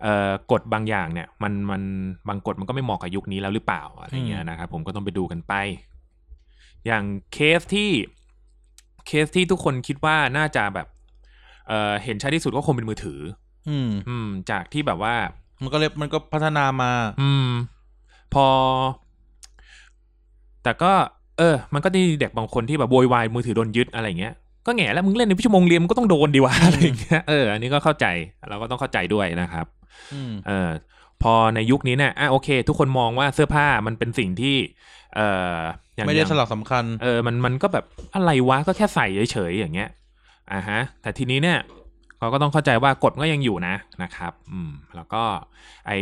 เอ่อกฎบางอย่างเนี่ย มันมันบางกฎมันก็ไม่เหมาะกับยุคนี้แล้วหรือเปล่าอะไรเงี้ยนะครับผมก็ต้องไปดูกันไป อย่างเคสที่เคสที่ทุกคนคิดว่าน่าจะแบบ เอ่อเห็นชัดที่สุดก็คงเป็นมือถือ อืม อืม จากที่แบบว่า มันก็เลยมันก็พัฒนามา อืม พอ แต่ก็ เออ มันก็มีเด็กบางคนที่แบบโวยวายมือถือโดนยึดอะไรอย่างเงี้ยก็แง่แล้วมึงเล่นในชั่วโมงเรียนมึงก็ต้องโดนดีวะ อืม อะไรอย่างเงี้ยเอออันนี้ก็เข้าใจเราก็ต้องเข้าใจด้วยนะครับ อืม เออพอในยุคนี้เนี่ยอ่ะโอเค ทุกคนมองว่าเสื้อผ้ามันเป็นสิ่งที่ เอออย่า ไม่ได้ ง สลักสำคัญ เออ มัน มันก็แบบอะไรวะ ก็แค่ใส่เฉยๆอย่างเงี้ย อ่าฮะ แต่ทีนี้เนี่ยเขาก็ต้องเข้าใจว่ากฎก็ยังอยู่นะ นะครับ อืม แล้วก็ไอ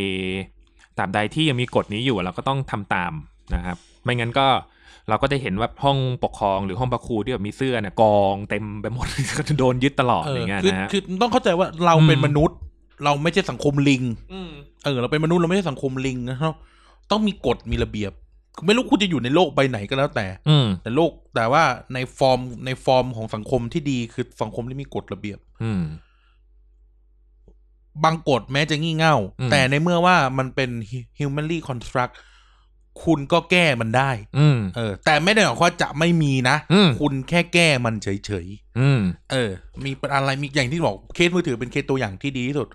ตราบใดที่ยังมีกฎนี้อยู่เราก็ต้องทำตามนะครับ ไม่งั้นก็เราก็จะเห็นว่าห้องปกครองหรือห้องประครูที่แบบมีเสื้อเนี่ยกองเต็มไปหมด โดนยึดตลอด เอ อ อย่าง เงี้ย คือ นะฮะ คือต้องเข้าใจว่าเราเป็น อืม มนุษย์ เราไม่ใช่สังคมลิง อืม เออเราเป็นมนุษย์เราไม่ใช่สังคมลิงนะครับ ต้องมีกฎมีระเบียบคือไม่รู้คุณจะอยู่ในโลกใบไหนก็แล้วแต่ อืม แต่โลกแต่ว่าในฟอร์มในฟอร์มของสังคมที่ดีคือสังคมที่มีกฎระเบียบ อืม บางกฎแม้จะงี่เง่า อืม แต่ในเมื่อว่ามันเป็น hu- humanly construct คุณก็แก้มันได้ อืม เออ แต่ไม่ได้หมายความว่าจะไม่มีนะ อืม คุณแค่แก้มันเฉย อืม ๆ เออ มีเป็นอะไรมีอย่างที่บอกเคสมือถือเป็นเคสตัวอย่างที่ดีที่สุด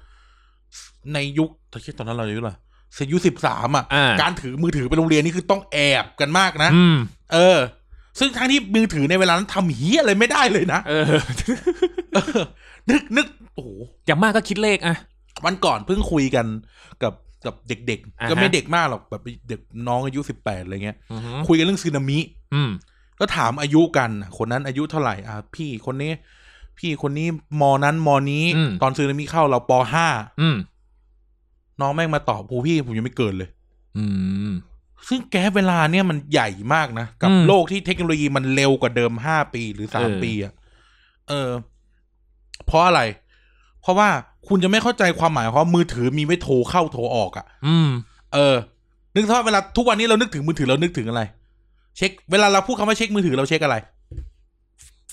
ในยุคตอนที่ตอนนั้นเราอายุอะไรอายุสิบสามอ่ะ อ่า การถือมือถือไปโรงเรียนนี่คือต้องแอบกันมากนะ อืม เออ ซึ่งทั้งที่มือถือในเวลานั้นทำเฮียอะไรไม่ได้เลยนะ เออ เออ นึกนึกโอ้โห อย่างมากก็คิดเลขอะ วันก่อนเพิ่งคุยกันกับกับเด็ก อ่า ๆ ฮะ ก็ไม่เด็กมากหรอกแบบเด็กน้องอายุสิบแปดอะไรเงี้ย อืม คุยกันเรื่องซึนามิ อืม ก็ถามอายุกันน่ะคนนั้นอายุเท่าไหร่ อ่า พี่คนนี้ พี่คนนี้มอนั้นมอนี้ อืม ตอนซึนามิเข้าเราปห้า อืม น้องแม่งมาตอบผูพี่ผมยังไม่เกิดเลย อืม ซึ่งแก๊ปเวลาเนี่ยมันใหญ่มากนะ กับ อืม โลกที่เทคโนโลยีมันเร็วกว่าเดิมห้าปีหรือสาม เออ ปีอะเออ เพราะอะไร เพราะว่าคุณจะไม่เข้าใจความหมายเพราะมือถือมีไว้โทรเข้าโทรออกอะ อืม เออ นึกสภาพเวลาทุกวันนี้เรานึกถึงมือถือเรานึกถึงอะไร เช็ค เวลาเราพูดคำว่าเช็คมือถือเราเช็คอะไร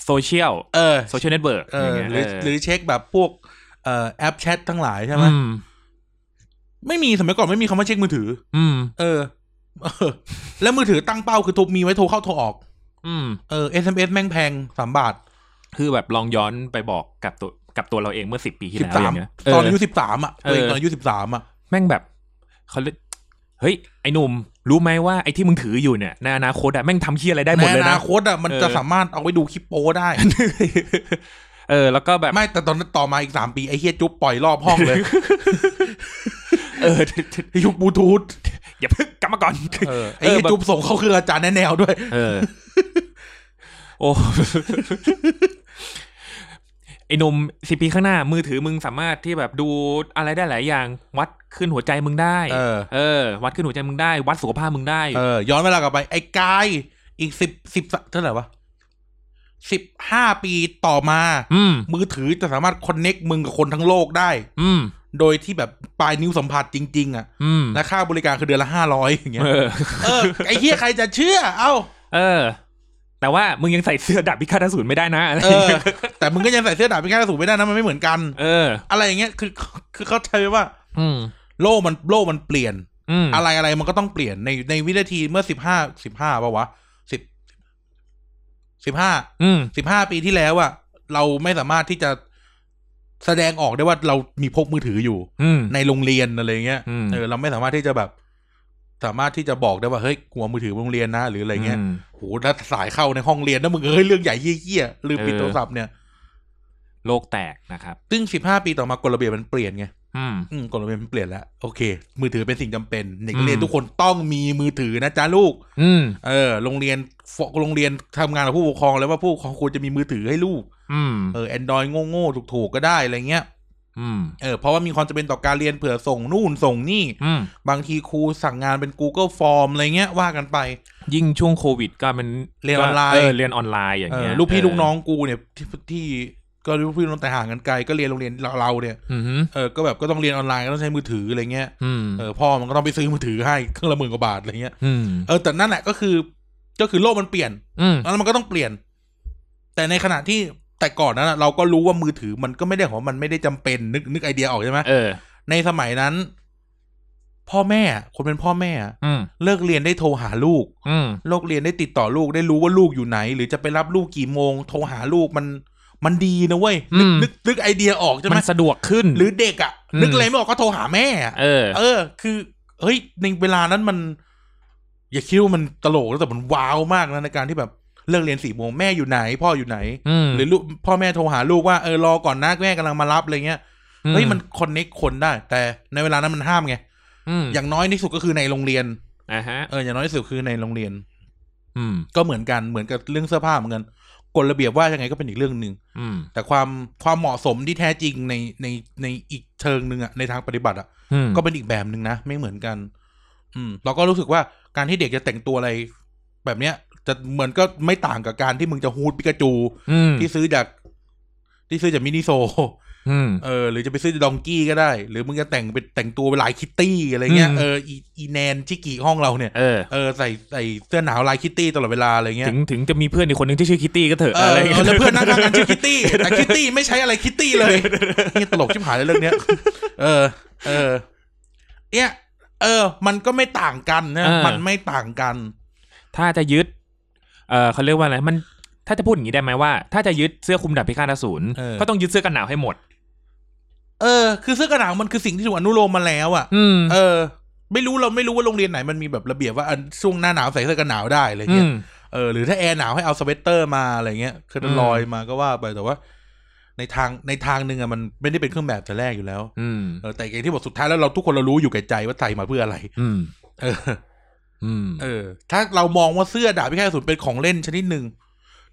โซเชียล เออ โซเชียลเน็ตเวิร์ก เออ หรือหรือเช็คแบบพวกเอ่อแอปแชททั้งหลายใช่ไหม อืม ไม่มีสมัยก่อนไม่มีคำว่าเช็คมือถือ อืม เออเออ แล้วมือถือตั้งเป้าคือทุบมีไว้โทรเข้าโทรออก อืม เออ SMS แม่งแพงสามบาท คือแบบลองย้อนไปบอกกับตัวกับตัวเราเองเมื่อสิบปีที่ สิบ แล้วอสาม ย่างเงี้ย ตอน เ อายุสิบสามอ่ะตัวเองตอนอายุสิบสามอ่ะ แม่งแบบเขาเรียกเฮ้ย ไอ้หนุ่ม รู้ไหมว่าไอ้ที่มึงถืออยู่เนี่ยในอนาคตอะแม่งทำเฮียอะไรได้หมดเลย ในอ นะ นาคตอ่ะมัน เออ จะสามารถเอาไว้ดูคลิปโป้ได้ เออ แล้วก็แบบ ไม่แต่ตอนนั้นต่อมาอีกสามปีไอ้เฮียจุ๊บปล่อยรอบห้องเลย เออ ยุคบลูทูธ อย่าเพิ่งกลับมาก่อน เออไอ้เหี้ย แบบ จุบส่งเขาคืออาจารย์แนแนวด้วย เออ โอ้ ไอ้หนมสิปีข้างหน้า มือถือมึงสามารถที่แบบดูอะไรได้หลายอย่าง วัดขึ้นหัวใจมึงได้ เออ เออ วัดขึ้นหัวใจมึงได้ วัดสุขภาพมึงได้ เออ ย้อนเวลากลับไป ไอ้กาย อีกสิบสิบเท่าไหร่วะสิบห้าปีต่อมา อืม มือถือจะสามารถคอนเน็กมึงกับคนทั้งโลกได้ อืม โดยที่แบบปลายนิ้วสัมผัสจริง ๆ อ่ะ อืม และค่าบริการคือเดือนละห้าร้อยอย่างเงี้ย เออ เออ ไอ้เฮียใครจะเชื่อ เอ้า เออ แต่ว่ามึงยังใส่เสื้อดาบพิฆาตอสูรไม่ได้นะอะไร เออ แต่มึงก็ยังใส่เสื้อดาบเป็นแค่สูงไม่ได้นะ มันไม่เหมือนกัน เออ อะไรอย่างเงี้ย คือ คือเข้าใจไหมว่า อืม โลกมัน โลกมันเปลี่ยน อืม อะไรอะไรมันก็ต้องเปลี่ยนในในวินาทีเมื่อสิบห้าสิบห้าป่าวะสิบสิบห้า อืม สิบห้าปีที่แล้วอะเราไม่สามารถที่จะแสดงออกได้ว่าเรามีพกมือถืออยู่ อืม ในโรงเรียนอะไรเงี้ย อืม เออเราไม่สามารถที่จะแบบ สามารถที่จะบอกได้ว่าเฮ้ยกูเอามือถือไปโรงเรียนนะหรืออะไรเงี้ย ม โหถ้าสายเข้าในห้องเรียนนะมึงเฮ้ยเรื่องใหญ่เหี้ยๆลืมปิดโทรศัพท์เนี่ย โลกแตกนะครับ ซึ่งสิบห้าปีต่อมากฎระเบียบมันเปลี่ยนไง อืม อืมกฎระเบียบมันเปลี่ยนแล้วโอเค มือถือเป็นสิ่งจำเป็นเด็กนักเรีย อื น ม ทุกคนต้องมีมือถือนะจ๊ะลูก อืม เออโรงเรียนฟโรงเรียนทำงานกับผู้ปกครองแล้วว่าผู้ปกครองควรจะมีมือถือให้ลูก อืม เออแอนดรอยโง่ๆถูกๆก็ได้อะไรเงี้ย อืม เออเพราะว่ามีความจำเป็นต่อการเรียนเผื่อส่งนู่นส่งนี่ อืม บางทีครูสั่งงานเป็น Google Form อะไรเงี้ยว่ากันไป ยิ่งช่วงโควิดก็มัน เรียนออนไลน์ เออเรียนออนไลน์อย่าง เอ เงี้ อย ลูกพี่ลูกน้องกูเนี่ยที่ที่ ก็รู้พี่น้องแต่ห่างกันไกลก็เรียนโรงเรียนเราเราเนี่ย อืม เออก็แบบก็ต้องเรียนออนไลน์ก็ต้องใช้มือถืออะไรเงี้ย อืม เออพ่อมันก็ต้องไปซื้อมือถือให้เครื่องละหมื่นกว่าบาทอะไรเงี้ย อืม เออแต่นั่นแหละก็คือก็คือโลกมันเปลี่ยน อืม แล้วมันก็ต้องเปลี่ยน แต่ในขณะที่แต่ก่อนนั้นนะเราก็รู้ว่ามือถือมันก็ไม่ได้ของมันไม่ได้จำเป็นนึกนึกไอเดียออกใช่ไหม เออ ในสมัยนั้น พ่อแม่อะคนเป็นพ่อแม่อะ อืม เลิกเรียนได้โทรหาลูก อืม โลกเรียนได้ติดต่อลูกได้รู้ว่าลูกอยู่ไหน หรือจะไปรับลูกกี่โมง โทรหาลูกมัน มันดีนะเว้ย อืม นึกนึกไอเดียออกใช่ไหม มันสะดวกขึ้น หรือเด็กอะ่ะ อืม นึกอะไรไม่ออกก็โทรหาแม่อะ เออ เออ คือเฮ้ยในเวลานั้นมัน อย่าคิดว่ามันตลกนะแต่มันว้าวมากนะในการที่แบบเลิกเรียนสี่โมงแม่อยู่ไหน พ่ออยู่ไหน อืม หรือลูกพ่อแม่โทรหาลูกว่าเออรอก่อนนะแม่กำลังมารับอะไรเงี้ยเฮ้ยมันคอนเน็กคนได้ แต่ในเวลานั้นมันห้ามไง อืม อย่างน้อยที่สุดก็คือในโรงเรียน อ่าฮะ เอออย่างน้อยที่สุดคือในโรงเรียน อืม ก็เหมือนกันเหมือนกับเรื่องเสื้อผ้าเหมือนกันกฎระเบียบว่ายังไงก็เป็นอีกเรื่องหนึ่ง อืม แต่ความความเหมาะสมที่แท้จริงในในในอีกเชิงหนึ่งอะในทางปฏิบัติอะ อืม ก็เป็นอีกแบบหนึ่งนะไม่เหมือนกัน อืม เราก็รู้สึกว่าการที่เด็กจะแต่งตัวอะไร แบบเนี้ย จะเหมือนก็ไม่ต่างกับการที่มึงจะฮูดปิกาจู อืม ที่ซื้อจาก ที่ซื้อจากมินิโซ อืม เออหรือจะไปซื้อดองกี้ก็ได้ หรือมึงจะแต่งเป็นแต่งตัวเป็นลายคิตตี้อะไรเงี้ย อืม เอออีอีแนนชิกิห้องเราเนี่ย เออ เออใส่ใส่เสื้อหนาวลายคิตตี้ตลอดเวลาอะไรเงี้ย ถึงถึงจะมีเพื่อนอีกคนหนึ่งที่ชื่อคิตตี้ก็เถอะ เออ อะไรอย่างเงี้ย แล้วเพื่อนนั่งทำงานชื่อคิตตี้แต่คิตตี้ไม่ใช้อะไรคิตตี้เลยนี่ตลกชิบหายเลยเรื่องเนี้ย เออ เออเนี่ยเออ มันก็ไม่ต่างกันนะมันไม่ต่างกัน ถ้าจะยึด เออเขาเรียกว่าอะไรมัน ถ้าจะพูดอย่างนี้ได้ไหมว่า ถ้าจะยึดเสื้อคลุมดาบพิฆาตอสูร เออ ก็ต้องยึดเสื้อกันหนาวให้หมด เออ คือเสื้อกระหนาวมันคือสิ่งที่ถูกอนุโลมมาแล้วอ่ะ อืม เออ ไม่รู้เราไม่รู้ว่าโรงเรียนไหนมันมีแบบระเบียบว่าอันช่วงหน้าหนาวใส่เสื้อกันหนาวได้อะไร อื เงี้ย ม เออหรือถ้าแอร์หนาวให้เอาสเวตเตอร์มาอะไรเงี้ยคือลอยมาก็ว่าไปแต่ว่า ในทางในทางหนึ่งอ่ะมันไม่ได้เป็นเครื่องแบบแต่แรกอยู่แล้ว อืม เออแต่อย่างที่บอกสุดท้ายแล้วเราทุกคนเรารู้อยู่แก่ใจว่าใส่มาเพื่ออะไร อืม เออ อืม เออ ถ้าเรามองว่าเสื้อดาบพิฆาตอสูรเป็นของเล่นชนิดหนึ่ง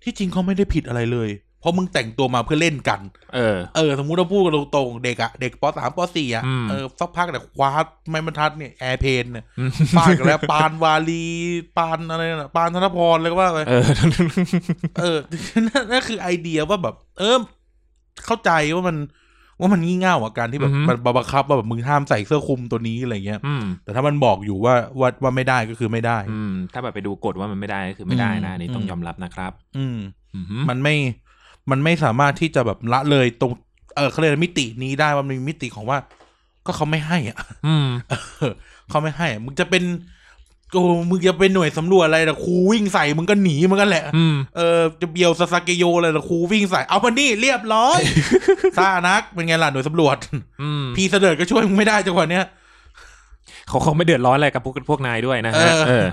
ที่จริงเขาไม่ได้ผิดอะไรเลย เพราะมึงแต่งตัวมาเพื่อเล่นกัน เออ เออ สมมุติเราพูดกันตรงๆเด็กอะเด็กปสามปสี่อะ อืม เออสักพักแต่ยคว้าไม้บรรทัดเนี่ยแอร์เพนเนี่ย อืม ปานกันแล้วปานวาลีปานอะไรนะปานธนพรเลยก็ว่าไป เอ อ เออ นั่นนั่นคือไอเดียว่าแบบ เออ เข้าใจว่ามัน ว่ามันงี่เง่าอะการที่แบบ อือฮึ มันบังคับว่าแบบมึงห้ามใส่เสื้อคลุมตัวนี้อะไรเงี้ย อืม แต่ถ้ามันบอกอยู่ว่าว่าว่าไม่ได้ก็คือไม่ได้ อืม ถ้าแบบไปดูกฎว่ามันไม่ได้ก็คือไม่ได้นะ อืม อันนี้ต้อง อืม ยอมรับนะครับ อืม อืม มันไม่ มันไม่สามารถที่จะแบบละเลยตรง เออเขาเรียกอะไรมิตินี้ได้ว่ามันมีมิติของว่า ก็เขาไม่ให้อ่ะ อืม เออเขาไม่ให้อะมึงจะเป็นโอ้มึงจะเป็นหน่วยสำรวจอะไรแต่ครูวิ่งใส่มึงก็หนีมันกันแหละ อืม เออจะเบียวซาซาเกโยอะไรแต่ครูวิ่งใส่เอามานี่เรียบร้อย ซานักเป็นไงล่ะหน่วยสำรวจ อืม พีเสดิร์ดก็ช่วยมึงไม่ได้จังหวะเนี้ย เขาเขาไม่เดือดร้อนอะไรกับพวกพวกนายด้วยนะฮะ เออ เออ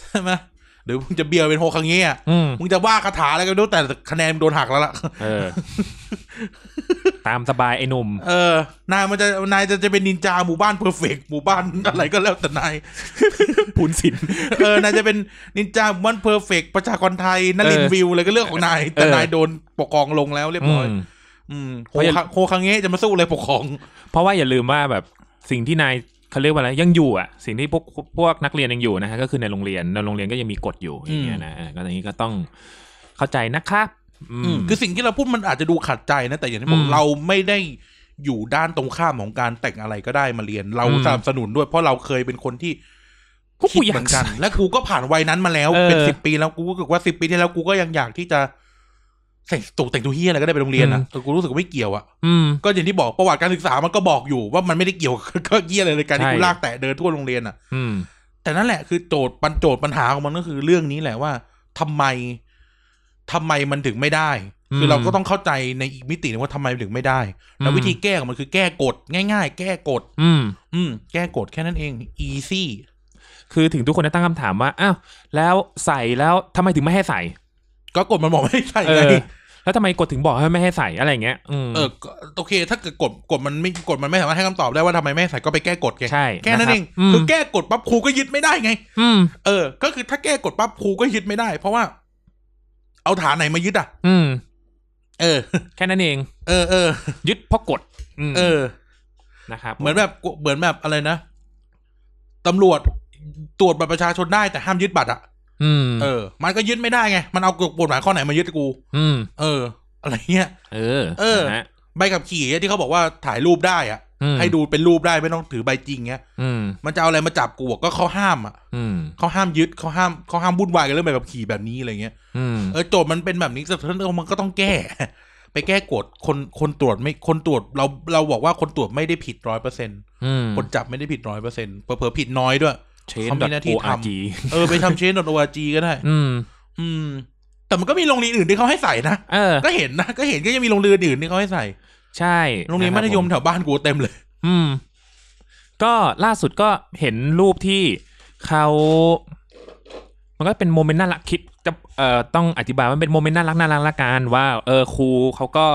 ใช่ไหมหรือมึงจะเบียวเป็นโฮคังเงี้ย อืม มึงจะว่าคาถาอะไรก็ไม่รู้แต่คะแนนมึงโดนหักแล้วล่ะ เออ ตามสบายไอ้หนุ่ม เออ นายมันจะนายจะจะเป็นนินจาหมู่บ้านเพอร์เฟกหมู่บ้าน อะไรก็แล้วแต่นาย พูนสิน เออนายจะเป็นนินจาหมู่บ้านเพอร์เฟกประชากรไทยนลินทร์วิวอะไรก็เรื่องของนาย แต่ เออ นายโดนปกครองลงแล้วเรียบ อื ร้อย ม อืมโค เพราะอย่า คังโคคังเงะจะมาสู้อะไรปกครอง เพราะว่าอย่าลืมว่าแบบสิ่งที่นายเขาเรียกว่าอะไรยังอยู่อ่ะ สิ่งที่พวกพวกนักเรียนยังอยู่นะฮะก็คือในโรงเรียนในโรงเรียนก็ยังมีกฎอยู่อย่างเงี้ยนะเออก็อย่างนี้ก็ต้องเข้าใจนะครับ อืม คือสิ่งที่เราพูดมันอาจจะดูขัดใจนะ แต่อย่างที่บอก อืม เราไม่ได้อยู่ด้านตรงข้ามของการแต่งอะไรก็ได้มาเรียน เรา อืม สนับสนุนด้วย เพราะเราเคยเป็นคนที่ พวก คิ กู ด อยา เหมื ก อน ใส่ กัน และกูก็ผ่านวัยนั้นมาแล้ว เป็น เออ สิบปีแล้วกูก็รู้สึกว่าสิบปีที่แล้วกูก็ยังอยากที่จะใส่ตูแต่งตัวเฮียอะไรก็ได้ไปโรงเรียน อื อ่ะ ม แต่กูรู้สึกว่าไม่เกี่ยวอ่ะ อืม ก็อย่างที่บอกประวัติการศึกษามันก็บอกอยู่ว่ามันไม่ได้เกี่ยวกับ ก็เยี่ยอะไรเลยการที่ ใช่ กูลากแต่เดินทั่วโรงเรียนอ่ะ อืม แต่นั่นแหละคือโจทย์ปัญโจทย์ปัญหาของมันก็คือเรื่องนี้แหละว่าทำไมทำไมมันถึงไม่ได้ คือ ม เราก็ต้องเข้าใจในอีกมิติหนึงว่าทำไมมันถึงไม่ได้ แล้ววิธีแก้ของมันคือแก้กฎง่าย ๆ แก้กฎ อืม อืม แก้กฎแค่นั้นเอง easy คือถึงทุกคนจะตั้งคำถามว่าอ้าวแล้วใส่แล้วทำไมถึงไม่ให้ใส่ ก็กฎมันบอกไม่ได้ใส่ เอ ไง อ แล้วทำไมกฎถึงบอกให้ไม่ให้ใส่อะไรอย่างเงี้ย อืม เออก็โอเค ถ้าเกิดกฎกฎมันไม่กฎมันไม่สามารถให้คำตอบได้ว่าทำไมไม่ให้ใส่ก็ไปแก้กฎไง ใช่ แค่ะนั้น รับ เอง ม คือแก้กฎปั๊บครูก็ยึดไม่ได้ไง อืม เออ ก็คือถ้าแก้กฎปั๊บครูก็ยึดไม่ได้ เพราะว่า เอาฐานไหนมายึดอ่ะ อืม เออ แค่นั้นเอง เออ เออ ยึดเพราะกฎม เออ นะครับ เหมือนแบบกูเหมือนแบบอะไรนะ ตำรวจตรวจบัตรประชาชนได้แต่ห้ามยึดบัตรอ่ะ อืม เออ มันก็ยึดไม่ได้ไง มันเอากฎหมายข้อไหนมายึดกู อืม เออ อะไรเงี้ย เออ เออ นะฮะ ใบขับขี่ที่เขาบอกว่าถ่ายรูปได้อะ อืม ให้ดูเป็นรูปได้ไม่ต้องถือใบจริงเงี้ย อืม มันจะเอาอะไรมาจับกูอะก็เขาห้ามอ่ะ อืม เขาห้ามยึดเขาห้ามเขาห้ามวุ่นวายกันเรื่องใบขับขี่แบบนี้อะไรเงี้ย อืม เออโจทย์มันเป็นแบบนี้สะเทือนเออมันก็ต้องแก้ ไปแก้กฎคนคนตรวจไม่คนตรวจเราเราบอกว่าคนตรวจไม่ได้ผิดร้อยเปอร์เซ็นต์ อืม คนจับไม่ได้ผิดร้อยเปอร์เซ็นต์เผลอๆผิดน้อยด้วย เชน เขามีหน้าที่ทำ โออาร์จี เออไปทำเชนดอร์จีก็ได้ อืม อืม แต่มันก็มีโรงเรียนอื่นที่เขาให้ใส่ นะ เออ ก็เห็นนะ ก็เห็นก็ยังมีโรงเรียนอื่นที่เขาให้ใส่ ใช่ โรงเรียนะ ค มั บ ธยม ผ แถวบ้านกูเต็มเลย อืม ก็ล่าสุดก็เห็นรูปที่เขา มันก็เป็นโมเมนต์น่ารักคิดจะเอ่อต้องอธิบายว่ามันเป็นโมเมนต์น่ารักน่ารักละกันว่า เออครูเขาก็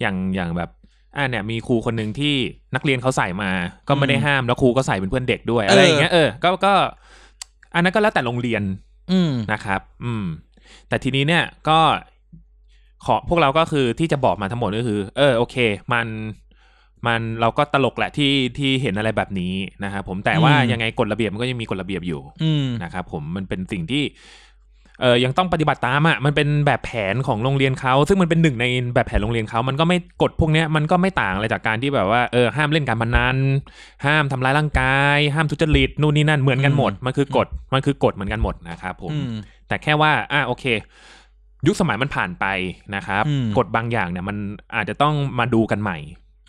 อย่างอย่างแบบอ่าเนี่ย มีครูคนหนึ่งที่นักเรียนเขาใส่มา ก็ไม่ได้ห้ามแล้วครูก็ใส่เป็นเพื่อนเด็กด้วยอะไรอย่างเงี้ยเออก็ก็ อันนั้นก็แล้วแต่โรงเรียน อืม นะครับ อืม แต่ทีนี้เนี่ยก็ขอพวกเราก็คือที่จะบอกมาทั้งหมดก็คือ เออ โอเค มัน มันเราก็ตลกแหละที่ที่เห็นอะไรแบบนี้นะครับผม แต่ว่า อืม ยังไงกฎระเบียบมันก็ยังมีกฎระเบียบอยู่ อืม นะครับผม มันเป็นสิ่งที่ เออยังต้องปฏิบัติตามอ่ะ มันเป็นแบบแผนของโรงเรียนเขา ซึ่งมันเป็นหนึ่งในแบบแผนโรงเรียนเขา มันก็ไม่กฎพวกเนี้ย มันก็ไม่ต่างอะไรจากการที่แบบว่า เออ ห้ามเล่นการพนัน ห้ามทำร้ายร่างกาย ห้ามทุจริต นู่นนี่นั่น เหมือนกันหมด มันคือกฎ มันคือกฎเหมือนกันหมดนะครับผม อืม แต่แค่ว่า อ่ะโอเค ยุคสมัยมันผ่านไปนะครับ อืม กฎบางอย่างเนี่ย มันอาจจะต้องมาดูกันใหม่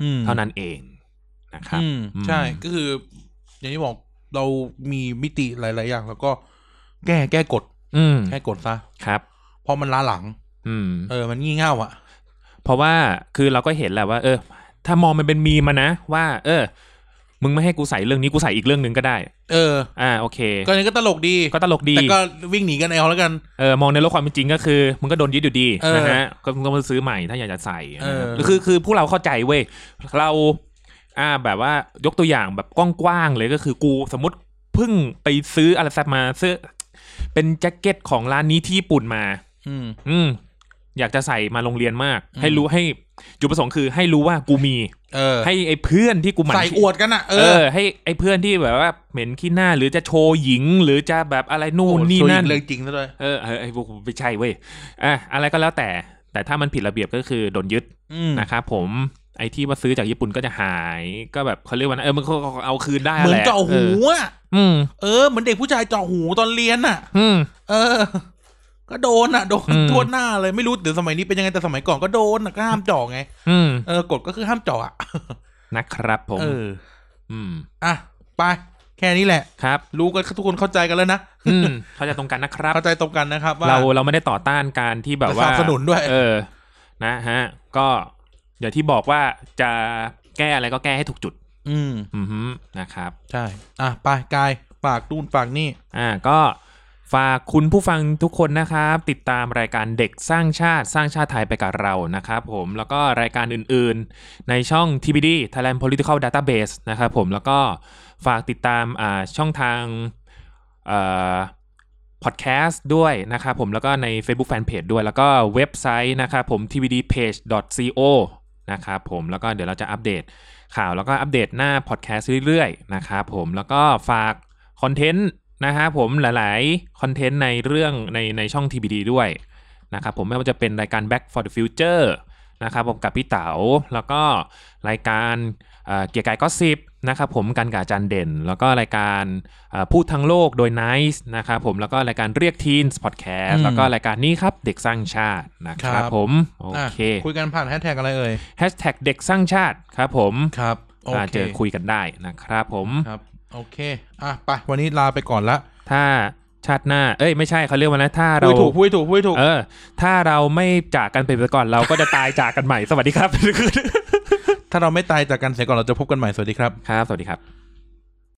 อืม เท่านั้นเองนะครับ อืม อืม ใช่ ก็คือ อย่างที่บอกเรามีมิติหลาย ๆ อย่าง แล้วก็แก้แก้กฎ อืม แก้กฎซะ ครับ เพราะมันล้าหลัง อืม เออ มันงี่เง่าอ่ะ เพราะว่าคือเราก็เห็นแหละว่า เออ ถ้ามองมันเป็นมีมานะ ว่า เออ มึงไม่ให้กูใส่เรื่องนี้กูใส่อีกเรื่องหนึ่งก็ได้ เออ อ่าโอเค ก็อันนี้ก็ตลกดี ก็ตลกดี แต่ก็วิ่งหนีกันเอาแล้วกัน เออมองในโลกความเป็นจริงก็คือมึงก็โดนยึดอยู่ดี เออ นะฮะก็มึงต้องมาซื้อใหม่ถ้าอยากจะใส่นะครับ เออ คือคือพวกเราเข้าใจเว้ยเราอ่าแบบว่ายกตัวอย่างแบบกว้างๆเลยก็คือกูสมมติเพิ่งไปซื้ออะไรสักมาซื้อเป็นแจ็คเก็ตของร้านนี้ที่ญี่ปุ่นมา อืม อืมอยากจะใส่มาโรงเรียนมาก อืม ให้รู้ให้จุดประสงค์คือให้รู้ว่ากูมี เออ ให้ไอ้เพื่อนที่กูหมัน ใส่อวดกันอ่ะ เอ เอ อ อ ให้ไอ้เพื่อนที่แบบว่าเหม็นขี้หน้าหรือจะโชว์หญิง หรือจะแบบอะไรนู่นนี่นั่น เรื่องจริงซะด้วย เออเออไอ้พวกไม่ใช่เว้ยอ่ะอะไรก็แล้วแต่ แต่ถ้ามันผิดระเบียบก็คือโดนยึด อืม นะครับผมไอ้ที่ว่าซื้อจากญี่ปุ่นก็จะหาย ก็แบบเขาเรียกว่าเออมันก็เอาคืนได้ เหมือน และ เจาะหู เออ อ่ะ อืม เออ เหมือนเด็กผู้ชายเจาะหูตอนเรียนอ่ะ อืม เออ ก็โดนอ่ะ โดน อืม ทั่วหน้าเลยไม่รู้เดี๋ยวสมัยนี้เป็นยังไงแต่สมัยก่อนก็โดนอ่ะก็ห้ามเจาะไง อืม เออกฎก็คือห้ามเจาะอ่ะ นะครับผม เออ อืม อ่ะ ไป แค่นี้แหละ ครับ รู้กันทุกคนเข้าใจกันแล้วนะ อืมเข้าใจตรงกันนะครับ เข้าใจตรงกันนะครับ ว่า เราเราไม่ได้ต่อต้านการที่แบบว่า สนับสนุนด้วย เออ นะฮะ ก็อย่างที่บอกว่าจะแก้อะไรก็แก้ให้ถูกจุด อืม อือฮึนะครับ ใช่ อ่ะ ไปกายฝากนู่นฝากนี่ อ่าก็ฝากคุณผู้ฟังทุกคนนะครับ ติดตามรายการเด็กสร้างชาติสร้างชาติไทยไปกับเรานะครับผมแล้วก็รายการอื่นๆ ในช่อง TBD Thailand Political Database นะครับผมแล้วก็ฝากติดตามอ่าช่องทางเอ่อพอดแคสต์ด้วยนะครับผมแล้วก็ใน Facebook Fanpage ด้วย แล้วก็เว็บไซต์นะครับผม tbdpage.co นะครับผมแล้วก็เดี๋ยวเราจะอัปเดต ข่าวแล้วก็อัปเดตหน้าพอดแคสต์เรื่อยๆนะครับผมแล้วก็ฝากคอนเทนต์นะฮะผมหลายๆ คอนเทนต์ในเรื่องในในช่อง TBD ด้วยนะครับผมไม่ว่าจะเป็นรายการ Back for the Future นะครับผมกับพี่เต๋าแล้วก็รายการเอ่อเกียร์กายก็สิบนะครับผมกันกับอาจารย์เด่น แล้วก็รายการเอ่อพูดทั้งโลกโดย Nice นะครับผมแล้วก็รายการเรียกทีนส์พอดแคส อื ต์ ม แล้วก็รายการนี้ครับเด็กสร้างชาตินะค ครั รับบ ผมโอ อ่ะ เค คุยกันผ่านแฮชแท็กอะไรเอ่ย แฮชแท็กเด็กสร้างชาติครับผม ครับ โอ มา เค เจอคุยกันได้นะครับผม ครับ โอเค อ่ะ ไป วันนี้ลาไปก่อนละ ถ้าชาติหน้า เอ้ยไม่ใช่เขาเรียกว่านะถ้า พู เรา ดถูกพูดถูกพูดถูก เออ ถ้าเราไม่จากกันไปก่อนเราก็จะตายจากกันใหม่สวัสดีครับ ถ้าเราไม่ตายจากกันเสียก่อนเราจะพบกันใหม่ สวัสดีครับ ครับ สวัสดีครับ